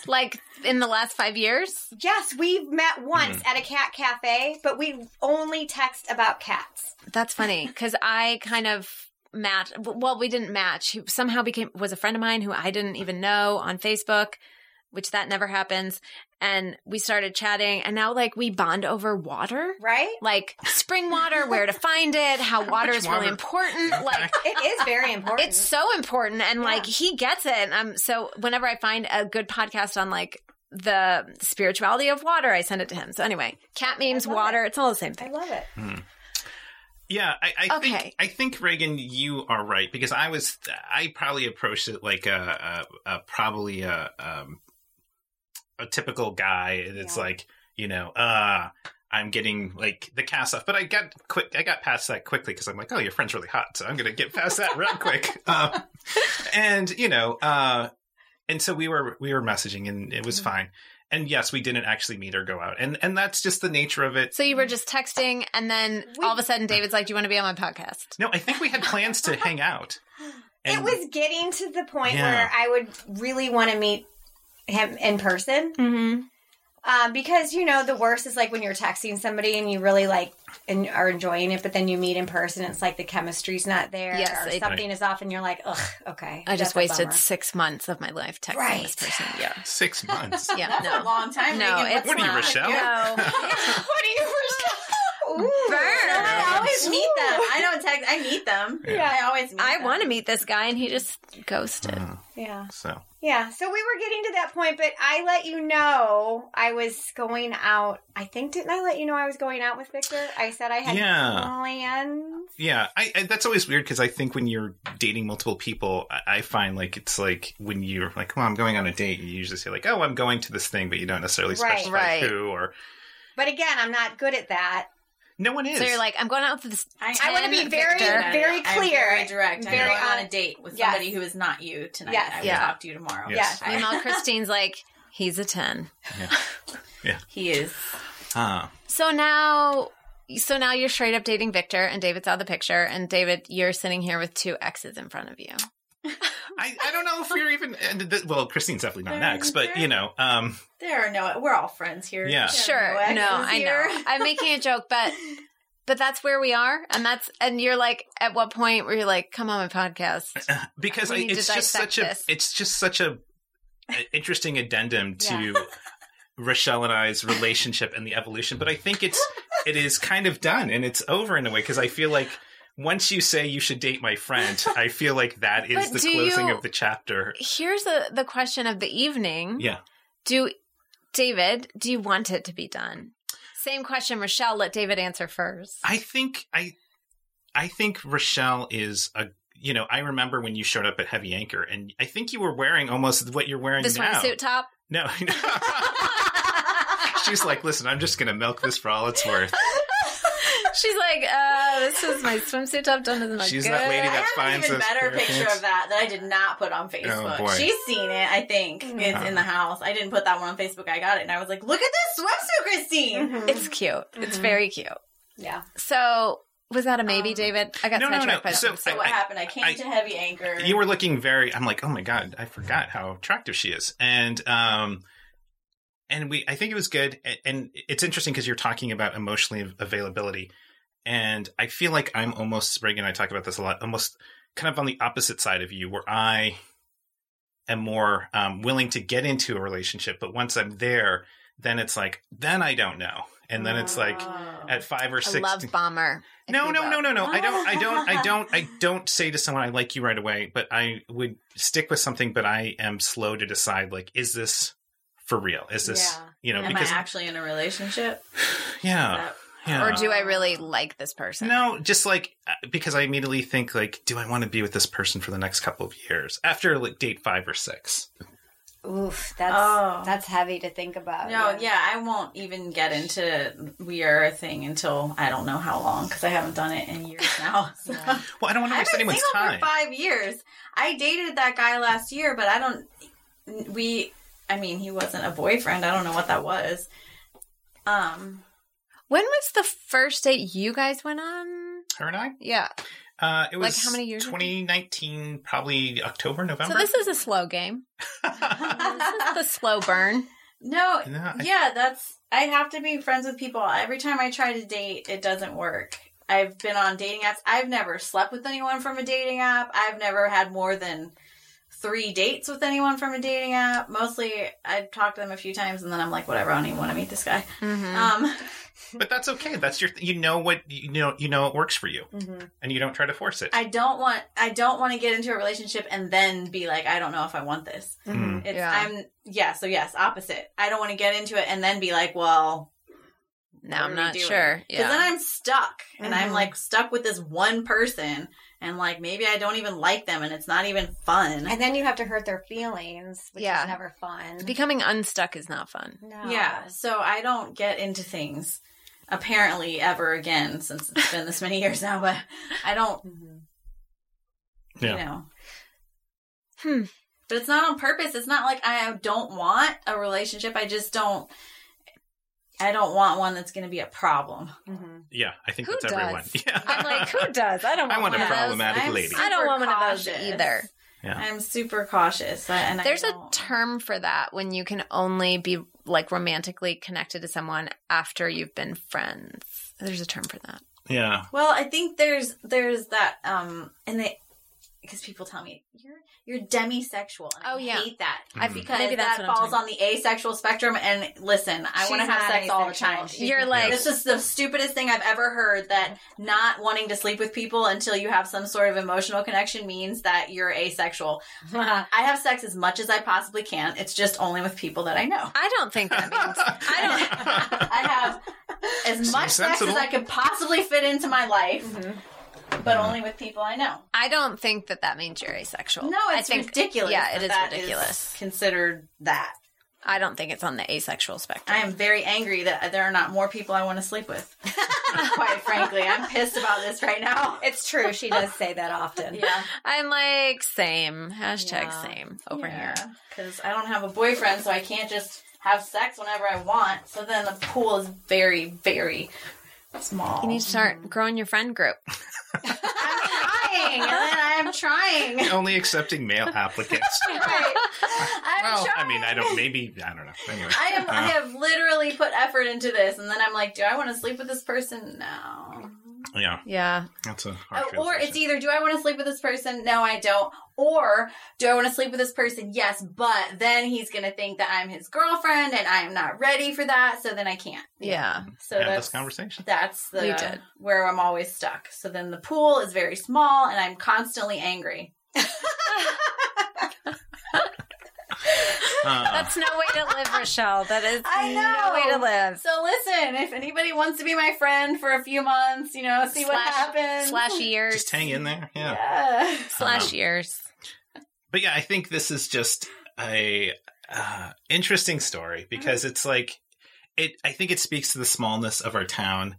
Speaker 1: Like in the last five years.
Speaker 3: Yes, we met once
Speaker 2: Hmm.
Speaker 3: at a cat cafe, but we only text about cats.
Speaker 1: That's funny because I kind of match. Well, we didn't match. He somehow became was a friend of mine who I didn't even know on Facebook, which that never happens. And we started chatting, and now like we bond over water,
Speaker 3: Right?
Speaker 1: like spring water, where to find it, how water
Speaker 2: much
Speaker 1: is really
Speaker 2: water?
Speaker 1: important. Like
Speaker 3: It is very important.
Speaker 1: it's so important, and like he gets it. And I'm so whenever I find a good podcast on like the spirituality of water, I send it to him. So anyway, cat memes,
Speaker 3: love
Speaker 1: water, it's all the same
Speaker 3: I
Speaker 1: thing.
Speaker 3: love it.
Speaker 2: yeah. I, I
Speaker 1: Okay.
Speaker 2: think I think Reagan, you are right because I was I probably approached it like a, a, a probably a um, a typical guy. And It's
Speaker 3: Yeah.
Speaker 2: like you know. uh I'm getting like the cast off, but I got quick. I got past that quickly because I'm like, oh, your friend's really hot, so I'm gonna get past that real quick. Um, and you know, uh, and so we were we were messaging, and it was fine. And yes, we didn't actually meet or go out, and and that's just the nature of it.
Speaker 1: So you were just texting, and then
Speaker 3: We-
Speaker 1: all of a sudden, David's like, "Do you want to be on my podcast?"
Speaker 2: No, I think we had plans to hang out.
Speaker 3: it was getting to the point
Speaker 2: Yeah.
Speaker 3: where I would really want to meet him in person.
Speaker 1: Mm-hmm.
Speaker 3: Um, because you know the worst is like when you're texting somebody and you really like and are enjoying it, but then you meet in person, it's like the chemistry's not there,
Speaker 1: Yes,
Speaker 3: or
Speaker 1: it-
Speaker 3: something is off, and you're like, ugh, okay.
Speaker 1: I just
Speaker 3: that's a
Speaker 1: wasted
Speaker 3: bummer."
Speaker 1: six months of my life texting this
Speaker 3: Right.
Speaker 1: person. Yeah,
Speaker 2: six months.
Speaker 1: yeah,
Speaker 4: That's a
Speaker 1: no,
Speaker 4: long time.
Speaker 1: no,
Speaker 4: Reagan.
Speaker 1: it's
Speaker 2: What are you,
Speaker 1: not.
Speaker 2: Rochelle?
Speaker 1: No.
Speaker 3: what do you for Ooh,
Speaker 1: Burn.
Speaker 4: No, I always meet
Speaker 3: Ooh.
Speaker 4: them. I don't text. I meet them.
Speaker 2: Yeah.
Speaker 4: I always. Meet
Speaker 1: I
Speaker 4: them.
Speaker 1: want to meet this guy, and he just ghosted.
Speaker 2: Uh,
Speaker 3: Yeah,
Speaker 2: so
Speaker 3: yeah. So we were getting to that point, but I let you know I was going out. I think didn't I let you know I was going out with Victor? I said I had
Speaker 2: Yeah.
Speaker 3: plans.
Speaker 2: yeah, I, I that's always weird because I think when you're dating multiple people, I, I find like it's like when you're like, "Well, I'm going on a date," you usually say like, "Oh, I'm going to this thing," but you don't necessarily
Speaker 3: Right.
Speaker 2: specify
Speaker 1: Right.
Speaker 2: who or
Speaker 3: But again, I'm not good at that.
Speaker 2: no one is.
Speaker 1: So you're like, "I'm going out with this."
Speaker 3: I wanna
Speaker 1: And
Speaker 3: be very,
Speaker 1: Victor.
Speaker 3: very
Speaker 4: I'm
Speaker 3: clear,
Speaker 4: very direct. I'm
Speaker 3: very
Speaker 4: going on a
Speaker 3: honest.
Speaker 4: date with
Speaker 3: Yes.
Speaker 4: somebody who is not you tonight.
Speaker 3: Yes.
Speaker 4: I will
Speaker 1: Yeah.
Speaker 4: talk to you tomorrow.
Speaker 2: Yes.
Speaker 4: Bye.
Speaker 1: Meanwhile, Christine's like, "He's a 10.
Speaker 4: he is.
Speaker 2: Huh.
Speaker 1: So now, so now you're straight up dating Victor, and David's out of the picture, and David, you're sitting here with two X's in front of you.
Speaker 2: I, I don't know if you're even and th- well. Christine's definitely not
Speaker 4: They're-
Speaker 2: next, but you know, um,
Speaker 4: There are no. We're all friends here.
Speaker 2: Yeah.
Speaker 4: There are
Speaker 1: Sure.
Speaker 4: exes
Speaker 1: No, I
Speaker 4: here.
Speaker 1: know. I'm making a joke, but but that's where we are, and that's and you're like, at what point were you like, come on my podcast?
Speaker 2: because I,
Speaker 1: We need to
Speaker 2: it's just
Speaker 1: dissect
Speaker 2: such a
Speaker 1: this.
Speaker 2: it's just such a, a interesting addendum to Rochelle and I's relationship and the evolution. But I think it's it is kind of done and it's over in a way because I feel like once you say you should date my friend, I feel like that is
Speaker 1: But
Speaker 2: the
Speaker 1: do
Speaker 2: closing
Speaker 1: you-
Speaker 2: of the chapter.
Speaker 1: Here's a, the question of the evening.
Speaker 2: Yeah.
Speaker 1: Do David, do you want it to be done? Same question, Rochelle. Let David answer first.
Speaker 2: I think I I think Rochelle is a you know, I remember when you showed up at Heavy Anchor and I think you were wearing almost what you're wearing
Speaker 1: This
Speaker 2: now.
Speaker 1: swimsuit top.
Speaker 2: No. She's like, "Listen, I'm just going to milk this for all it's worth."
Speaker 1: She's like, uh, this is my swimsuit top. Done doesn't look
Speaker 2: She's
Speaker 1: good.
Speaker 2: that lady
Speaker 4: I
Speaker 2: that-
Speaker 4: have an
Speaker 2: finds
Speaker 4: even
Speaker 2: those
Speaker 4: better
Speaker 2: pair of
Speaker 4: picture
Speaker 2: pants.
Speaker 4: of that that I did not put on Facebook.
Speaker 2: boy.
Speaker 4: She's seen it, I think.
Speaker 1: Mm-hmm.
Speaker 3: Mhm.
Speaker 4: It's in the house. I didn't put that one on Facebook. I got it, and I was like, "Look at this swimsuit, Christine."
Speaker 1: It's cute. It's
Speaker 3: Mhm.
Speaker 1: very cute.
Speaker 3: yeah.
Speaker 1: So was that a maybe,
Speaker 4: Mm-hmm. Um,
Speaker 1: David? I got
Speaker 2: no, no,
Speaker 1: sidetracked
Speaker 2: no.
Speaker 1: by that.
Speaker 2: So-
Speaker 4: So what
Speaker 2: I-
Speaker 4: happened? I came
Speaker 2: I-
Speaker 4: to heavy anchor.
Speaker 2: You were looking very I'm like, "Oh my god, I forgot how attractive she is." And um and we I think it was good A- and it's interesting cuz you're talking about emotionally av- availability and I feel like I'm almost Reagan and I talk about this a lot, almost kind of on the opposite side of you where I am more um, willing to get into a relationship, but once I'm there, then it's like then I don't know. And then it's like
Speaker 4: Ah. Oh.
Speaker 2: at 5 or
Speaker 1: A
Speaker 2: 6
Speaker 1: love bomber. if
Speaker 2: no,
Speaker 1: you
Speaker 2: no,
Speaker 1: will.
Speaker 2: no, no, no. I don't. I don't. I don't. I don't say to someone I like you right away, but I would stick with something. But I am slow to decide. Like, is this for real? Is this
Speaker 3: Yeah.
Speaker 2: you know?
Speaker 4: Am
Speaker 2: because
Speaker 4: I actually in a relationship?
Speaker 2: yeah,
Speaker 4: That-
Speaker 2: yeah.
Speaker 1: Or do I really like this person?
Speaker 2: no, just like uh, because I immediately think like, do I want to be with this person for the next couple of years after like date five or six?
Speaker 3: Oof, that's
Speaker 4: Oh.
Speaker 3: that's heavy to think about.
Speaker 4: No, yeah, I won't even get into we are a thing until I don't know how long because I haven't done it in years now. So.
Speaker 2: Well, I don't want to
Speaker 4: I've
Speaker 2: waste
Speaker 4: been
Speaker 2: anyone's
Speaker 4: single
Speaker 2: time.
Speaker 4: for five years. I dated that guy last year, but I don't. We, I mean, he wasn't a boyfriend. I don't know what that was. Um,
Speaker 1: When was the first date you guys went on?
Speaker 2: Her and I.
Speaker 1: Yeah.
Speaker 2: Uh, it was
Speaker 1: how many years ago?
Speaker 2: 2019, probably October, November.
Speaker 1: So this is a slow game. This is the slow burn.
Speaker 4: no,
Speaker 2: No, I-
Speaker 4: yeah, that's. I have to be friends with people. Every time I try to date, it doesn't work. I've been on dating apps. I've never slept with anyone from a dating app. I've never had more than three dates with anyone from a dating app. Mostly, I've talked to them a few times, and then I'm like, whatever. I don't even want to meet this guy.
Speaker 2: Mm.
Speaker 1: Mhm.
Speaker 4: Um.
Speaker 2: but that's okay. That's your. Th- you know what? You know. You know it works for you,
Speaker 3: Mm-hmm.
Speaker 2: and you don't try to force it.
Speaker 4: I don't want I don't want to get into a relationship and then be like I don't know if I want this.
Speaker 3: Mm-hmm.
Speaker 2: Mm.
Speaker 4: It's
Speaker 1: Yeah.
Speaker 4: I'm yeah, so yes, opposite. I don't want to get into it and then be like, well,
Speaker 1: No,
Speaker 4: what
Speaker 1: I'm
Speaker 4: are we
Speaker 1: not
Speaker 4: doing?
Speaker 1: sure.
Speaker 4: because
Speaker 1: Yeah. Mm-hmm.
Speaker 4: then I'm stuck and I'm
Speaker 3: Mhm.
Speaker 4: like stuck with this one person and like maybe I don't even like them and it's not even fun.
Speaker 3: And then you have to hurt their feelings, which
Speaker 1: Yeah.
Speaker 3: is never fun.
Speaker 1: Becoming unstuck is not fun.
Speaker 3: no.
Speaker 4: Yeah, so I don't get into things apparently ever again since it's been this many years now, but I don't,
Speaker 3: Mhm.
Speaker 2: Yeah.
Speaker 4: you know.
Speaker 1: Hmm.
Speaker 4: But it's not on purpose. It's not like I don't want a relationship. I just don't. I don't want one that's going to be a problem.
Speaker 3: Mhm.
Speaker 2: Yeah, I think
Speaker 1: Who
Speaker 2: that's everyone.
Speaker 1: does?
Speaker 2: Yeah.
Speaker 1: I'm like, who does? I don't want,
Speaker 2: I
Speaker 1: one
Speaker 2: want a
Speaker 1: of those.
Speaker 2: problem. problematic
Speaker 4: I'm
Speaker 2: lady.
Speaker 4: super
Speaker 1: I don't want one of those
Speaker 4: cautious.
Speaker 1: either.
Speaker 2: Yeah.
Speaker 4: I'm super cautious. uh, And I
Speaker 1: There's a
Speaker 4: don't-
Speaker 1: term for that when you can only be like romantically connected to someone after you've been friends. There's a term for that.
Speaker 2: Yeah.
Speaker 4: Well, I think there's there's that um and they because people tell me you're you're demisexual. And
Speaker 1: Oh,
Speaker 4: I
Speaker 1: yeah.
Speaker 4: hate that.
Speaker 2: I-
Speaker 4: because
Speaker 1: Maybe that's
Speaker 4: that
Speaker 1: what I'm
Speaker 4: falls on the asexual spectrum and listen, I
Speaker 3: She's
Speaker 4: want to have
Speaker 3: not
Speaker 4: sex all the
Speaker 3: asexual.
Speaker 4: time.
Speaker 3: She's
Speaker 1: You're like,
Speaker 4: This is the stupidest thing I've ever heard that not wanting to sleep with people until you have some sort of emotional connection means that you're asexual. I have sex as much as I possibly can. It's just only with people that I know.
Speaker 1: I don't think that means.
Speaker 4: I I have as much sex as
Speaker 2: sensible.
Speaker 4: I could possibly fit into my life,
Speaker 3: Mhm.
Speaker 4: but only with people I know.
Speaker 1: I don't think that that means you're asexual.
Speaker 4: No,
Speaker 1: I
Speaker 4: it's
Speaker 1: think,
Speaker 4: ridiculous.
Speaker 1: Yeah,
Speaker 4: that
Speaker 1: it is
Speaker 4: that
Speaker 1: ridiculous.
Speaker 4: considered that.
Speaker 1: I don't think it's on the asexual spectrum.
Speaker 4: I am very angry that there are not more people I want to sleep with. Quite frankly, I'm pissed about this right now.
Speaker 3: It's true. She does say that often.
Speaker 4: Yeah,
Speaker 1: I'm like same hashtag
Speaker 3: Yeah.
Speaker 1: same over here.
Speaker 4: Because I don't have a boyfriend, so I can't just have sex whenever I want. So then the pool is very, very small.
Speaker 1: You need to start growing your friend group.
Speaker 4: I'm trying, and then I'm trying.
Speaker 2: Only accepting male applicants.
Speaker 4: Right. I'm
Speaker 2: well,
Speaker 4: trying.
Speaker 2: I mean, I don't. Maybe I don't know. Anyway.
Speaker 4: I am. I
Speaker 2: Uh,
Speaker 4: have literally put effort into this, and then I'm like, do I want to sleep with this person? No.
Speaker 2: yeah,
Speaker 1: Yeah,
Speaker 2: that's a hard.
Speaker 4: Oh, or it's
Speaker 2: translation.
Speaker 4: either do I want to sleep with this person? No, I don't. Or do I want to sleep with this person? Yes, but then he's going to think that I'm his girlfriend, and I'm not ready for that. So then I can't.
Speaker 1: yeah.
Speaker 4: So
Speaker 2: have
Speaker 4: that's
Speaker 2: this conversation.
Speaker 4: that's the
Speaker 1: We did.
Speaker 4: where I'm always stuck. So then the pool is very small, and I'm constantly angry.
Speaker 2: Uh,
Speaker 1: That's no way to live, Rochelle. That is
Speaker 4: I know.
Speaker 1: no way to live.
Speaker 4: So listen, if anybody wants to be my friend for a few months, you know, see what
Speaker 1: Slash-
Speaker 4: happens.
Speaker 1: Slash years.
Speaker 2: Uh, just hang in there. Yeah.
Speaker 4: Yeah.
Speaker 1: Slash
Speaker 2: Um,
Speaker 1: years.
Speaker 2: But yeah, I think this is just a uh, interesting story because it's like it. I think it speaks to the smallness of our town,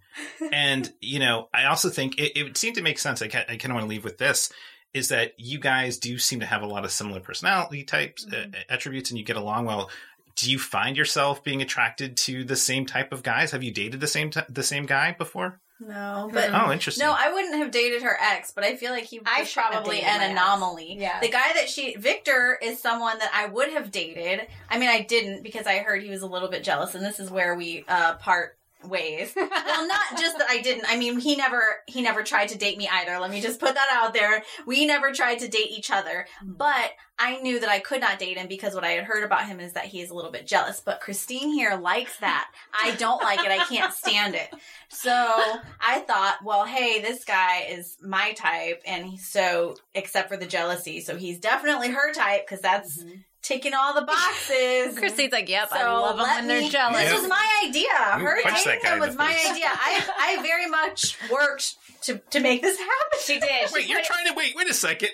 Speaker 2: and you know, I also think it, it would seem to make sense. I, ca- I kind of want to leave with this: is that you guys do seem to have a lot of similar personality types, uh, attributes, and you get along well. Do you find yourself being attracted to the same type of guys? Have you dated the same t- the same guy before?
Speaker 4: No, but
Speaker 2: Oh, interesting.
Speaker 4: Um, No, I wouldn't have dated her ex, but I feel like he was
Speaker 3: I shouldn't have
Speaker 4: probably
Speaker 3: dated my
Speaker 4: an
Speaker 3: ex.
Speaker 4: anomaly.
Speaker 3: Yeah.
Speaker 4: The guy that she Victor is someone that I would have dated. I mean, I didn't because I heard he was a little bit jealous, and this is where we uh, part ways. well, not just that I didn't. I mean, he never he never tried to date me either. Let me just put that out there. We never tried to date each other, but I knew that I could not date him because what I had heard about him is that he is a little bit jealous. But Christine here likes that. I don't like it. I can't stand it. So I thought, well, hey, this guy is my type, and he's so except for the jealousy, so he's definitely her type because that's ticking all the boxes.
Speaker 1: Christy's like, yep, Mm-hmm. I
Speaker 4: Mhm. So
Speaker 1: love them
Speaker 4: let
Speaker 1: when they're
Speaker 4: me-
Speaker 1: jealous.
Speaker 4: This was my idea.
Speaker 2: You
Speaker 4: Her
Speaker 2: punched that
Speaker 4: dating
Speaker 2: guy in
Speaker 4: him
Speaker 2: the
Speaker 4: was my
Speaker 2: face.
Speaker 4: idea. I I very much worked to to make this happen. She did.
Speaker 2: wait, you're trying to wait. Wait a second.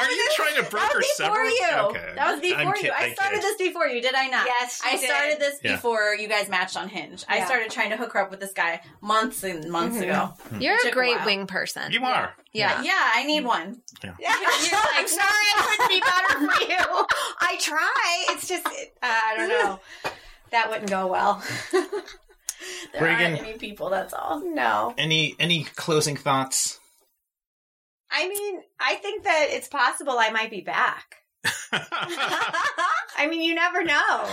Speaker 2: Are you trying to
Speaker 4: That
Speaker 2: broker
Speaker 4: was before
Speaker 2: severance?
Speaker 4: you.
Speaker 2: Okay.
Speaker 4: That was before
Speaker 2: I'm
Speaker 4: you.
Speaker 2: kid-
Speaker 4: I
Speaker 2: I'm
Speaker 4: started
Speaker 2: kidding.
Speaker 4: this before you, did I not?
Speaker 3: Yes, she
Speaker 4: I
Speaker 3: did.
Speaker 4: started this
Speaker 2: Yeah.
Speaker 4: before you guys matched on Hinge. I
Speaker 3: Yeah. Mm-hmm.
Speaker 4: started trying to hook her up with this guy months and months ago.
Speaker 1: You're
Speaker 4: Took
Speaker 1: a
Speaker 4: a
Speaker 1: great
Speaker 4: while.
Speaker 1: wing person.
Speaker 2: You are.
Speaker 1: Yeah.
Speaker 4: Yeah, I need one.
Speaker 3: You're like, sorry, it would be better for you. I try. It's just, it, uh, I don't know. That wouldn't go well.
Speaker 4: There
Speaker 2: Reagan.
Speaker 4: aren't any people. That's all.
Speaker 3: No.
Speaker 2: Any any closing thoughts?
Speaker 3: I mean, I think that it's possible I might be back.
Speaker 2: uh,
Speaker 3: I mean, you never know.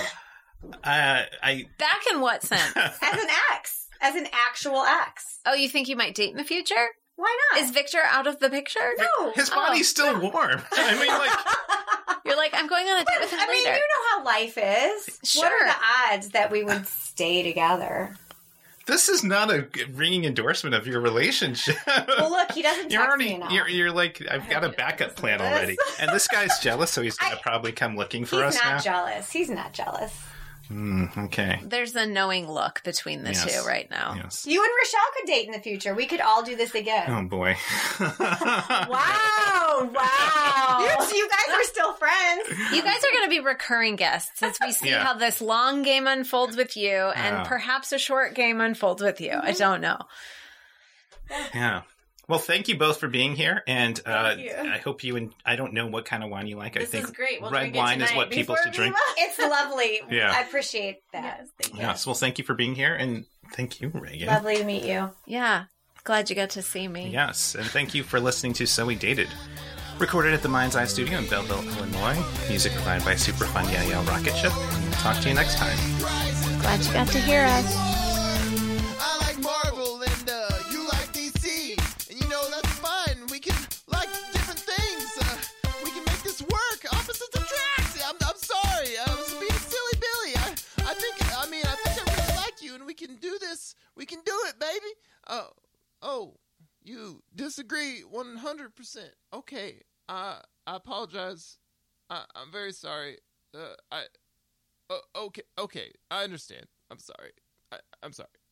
Speaker 2: I
Speaker 1: Back in what sense?
Speaker 3: As an ex, as an actual ex.
Speaker 1: Oh, you think you might date in the future?
Speaker 3: Why not?
Speaker 1: Is Victor out of the picture?
Speaker 3: Oh, no.
Speaker 2: his body's still warm. I mean, like
Speaker 1: You're like, I'm going on a date with him
Speaker 3: I mean,
Speaker 1: later.
Speaker 3: you know how life is.
Speaker 1: Sure.
Speaker 3: What are the odds that we would stay together?
Speaker 2: this is not a ringing endorsement of your relationship.
Speaker 3: Well, look, he doesn't
Speaker 2: You're
Speaker 3: text me
Speaker 2: already
Speaker 3: enough.
Speaker 2: you're, you're like I've got a backup plan already, and this guy's jealous, so he's gonna probably come looking
Speaker 3: He's
Speaker 2: for
Speaker 3: not
Speaker 2: us now.
Speaker 3: jealous. He's not jealous.
Speaker 2: Mm, okay.
Speaker 1: There's a knowing look between the
Speaker 2: Yes.
Speaker 1: two right now.
Speaker 2: Yes.
Speaker 3: You and Rochelle could date in the future. We could all do this again.
Speaker 2: Oh boy.
Speaker 3: Wow! Wow! you, you guys are still friends.
Speaker 1: You guys are going to be recurring guests as we see
Speaker 2: Yeah.
Speaker 1: how this long game unfolds with you and
Speaker 2: Yeah.
Speaker 1: perhaps a short game unfolds with you.
Speaker 3: Mm-hmm.
Speaker 1: I don't know.
Speaker 2: Yeah. Well, thank you both for being here, and uh,
Speaker 4: you.
Speaker 2: I hope you and I don't know what kind of wine you like. I
Speaker 4: This
Speaker 2: think
Speaker 4: is great. We'll
Speaker 2: red
Speaker 4: drink it
Speaker 2: wine is
Speaker 4: tonight
Speaker 2: what people
Speaker 4: before
Speaker 2: should
Speaker 4: we
Speaker 2: drink.
Speaker 4: left.
Speaker 3: It's lovely.
Speaker 2: Yeah.
Speaker 3: I appreciate that.
Speaker 4: Yes, thank you.
Speaker 2: Yes. Well, thank you for being here, and thank you, Reagan.
Speaker 3: Lovely to meet you.
Speaker 1: Yeah. Glad you got to see me.
Speaker 2: Yes, and thank you for listening to So We Dated. Recorded at the Mind's Eye Studio in Belleville, Illinois. Music provided by Superfund Yale Rocket Ship. And we'll talk to you next time.
Speaker 1: Glad you got to hear us.
Speaker 5: I like Marvel, Linda. You like DC. And you know, that's fine. We can like different things. Uh, we can make this work. Opposites attract. I'm, I'm sorry. I was being silly Billy. I, I think, I mean, I think I really like you, and we can do this. We can do it, baby. Oh, oh, you disagree 100%. Okay. I, I apologize. I, I'm very sorry. Oh, Uh, I, uh, okay, okay. I understand. I'm sorry. I, I'm sorry.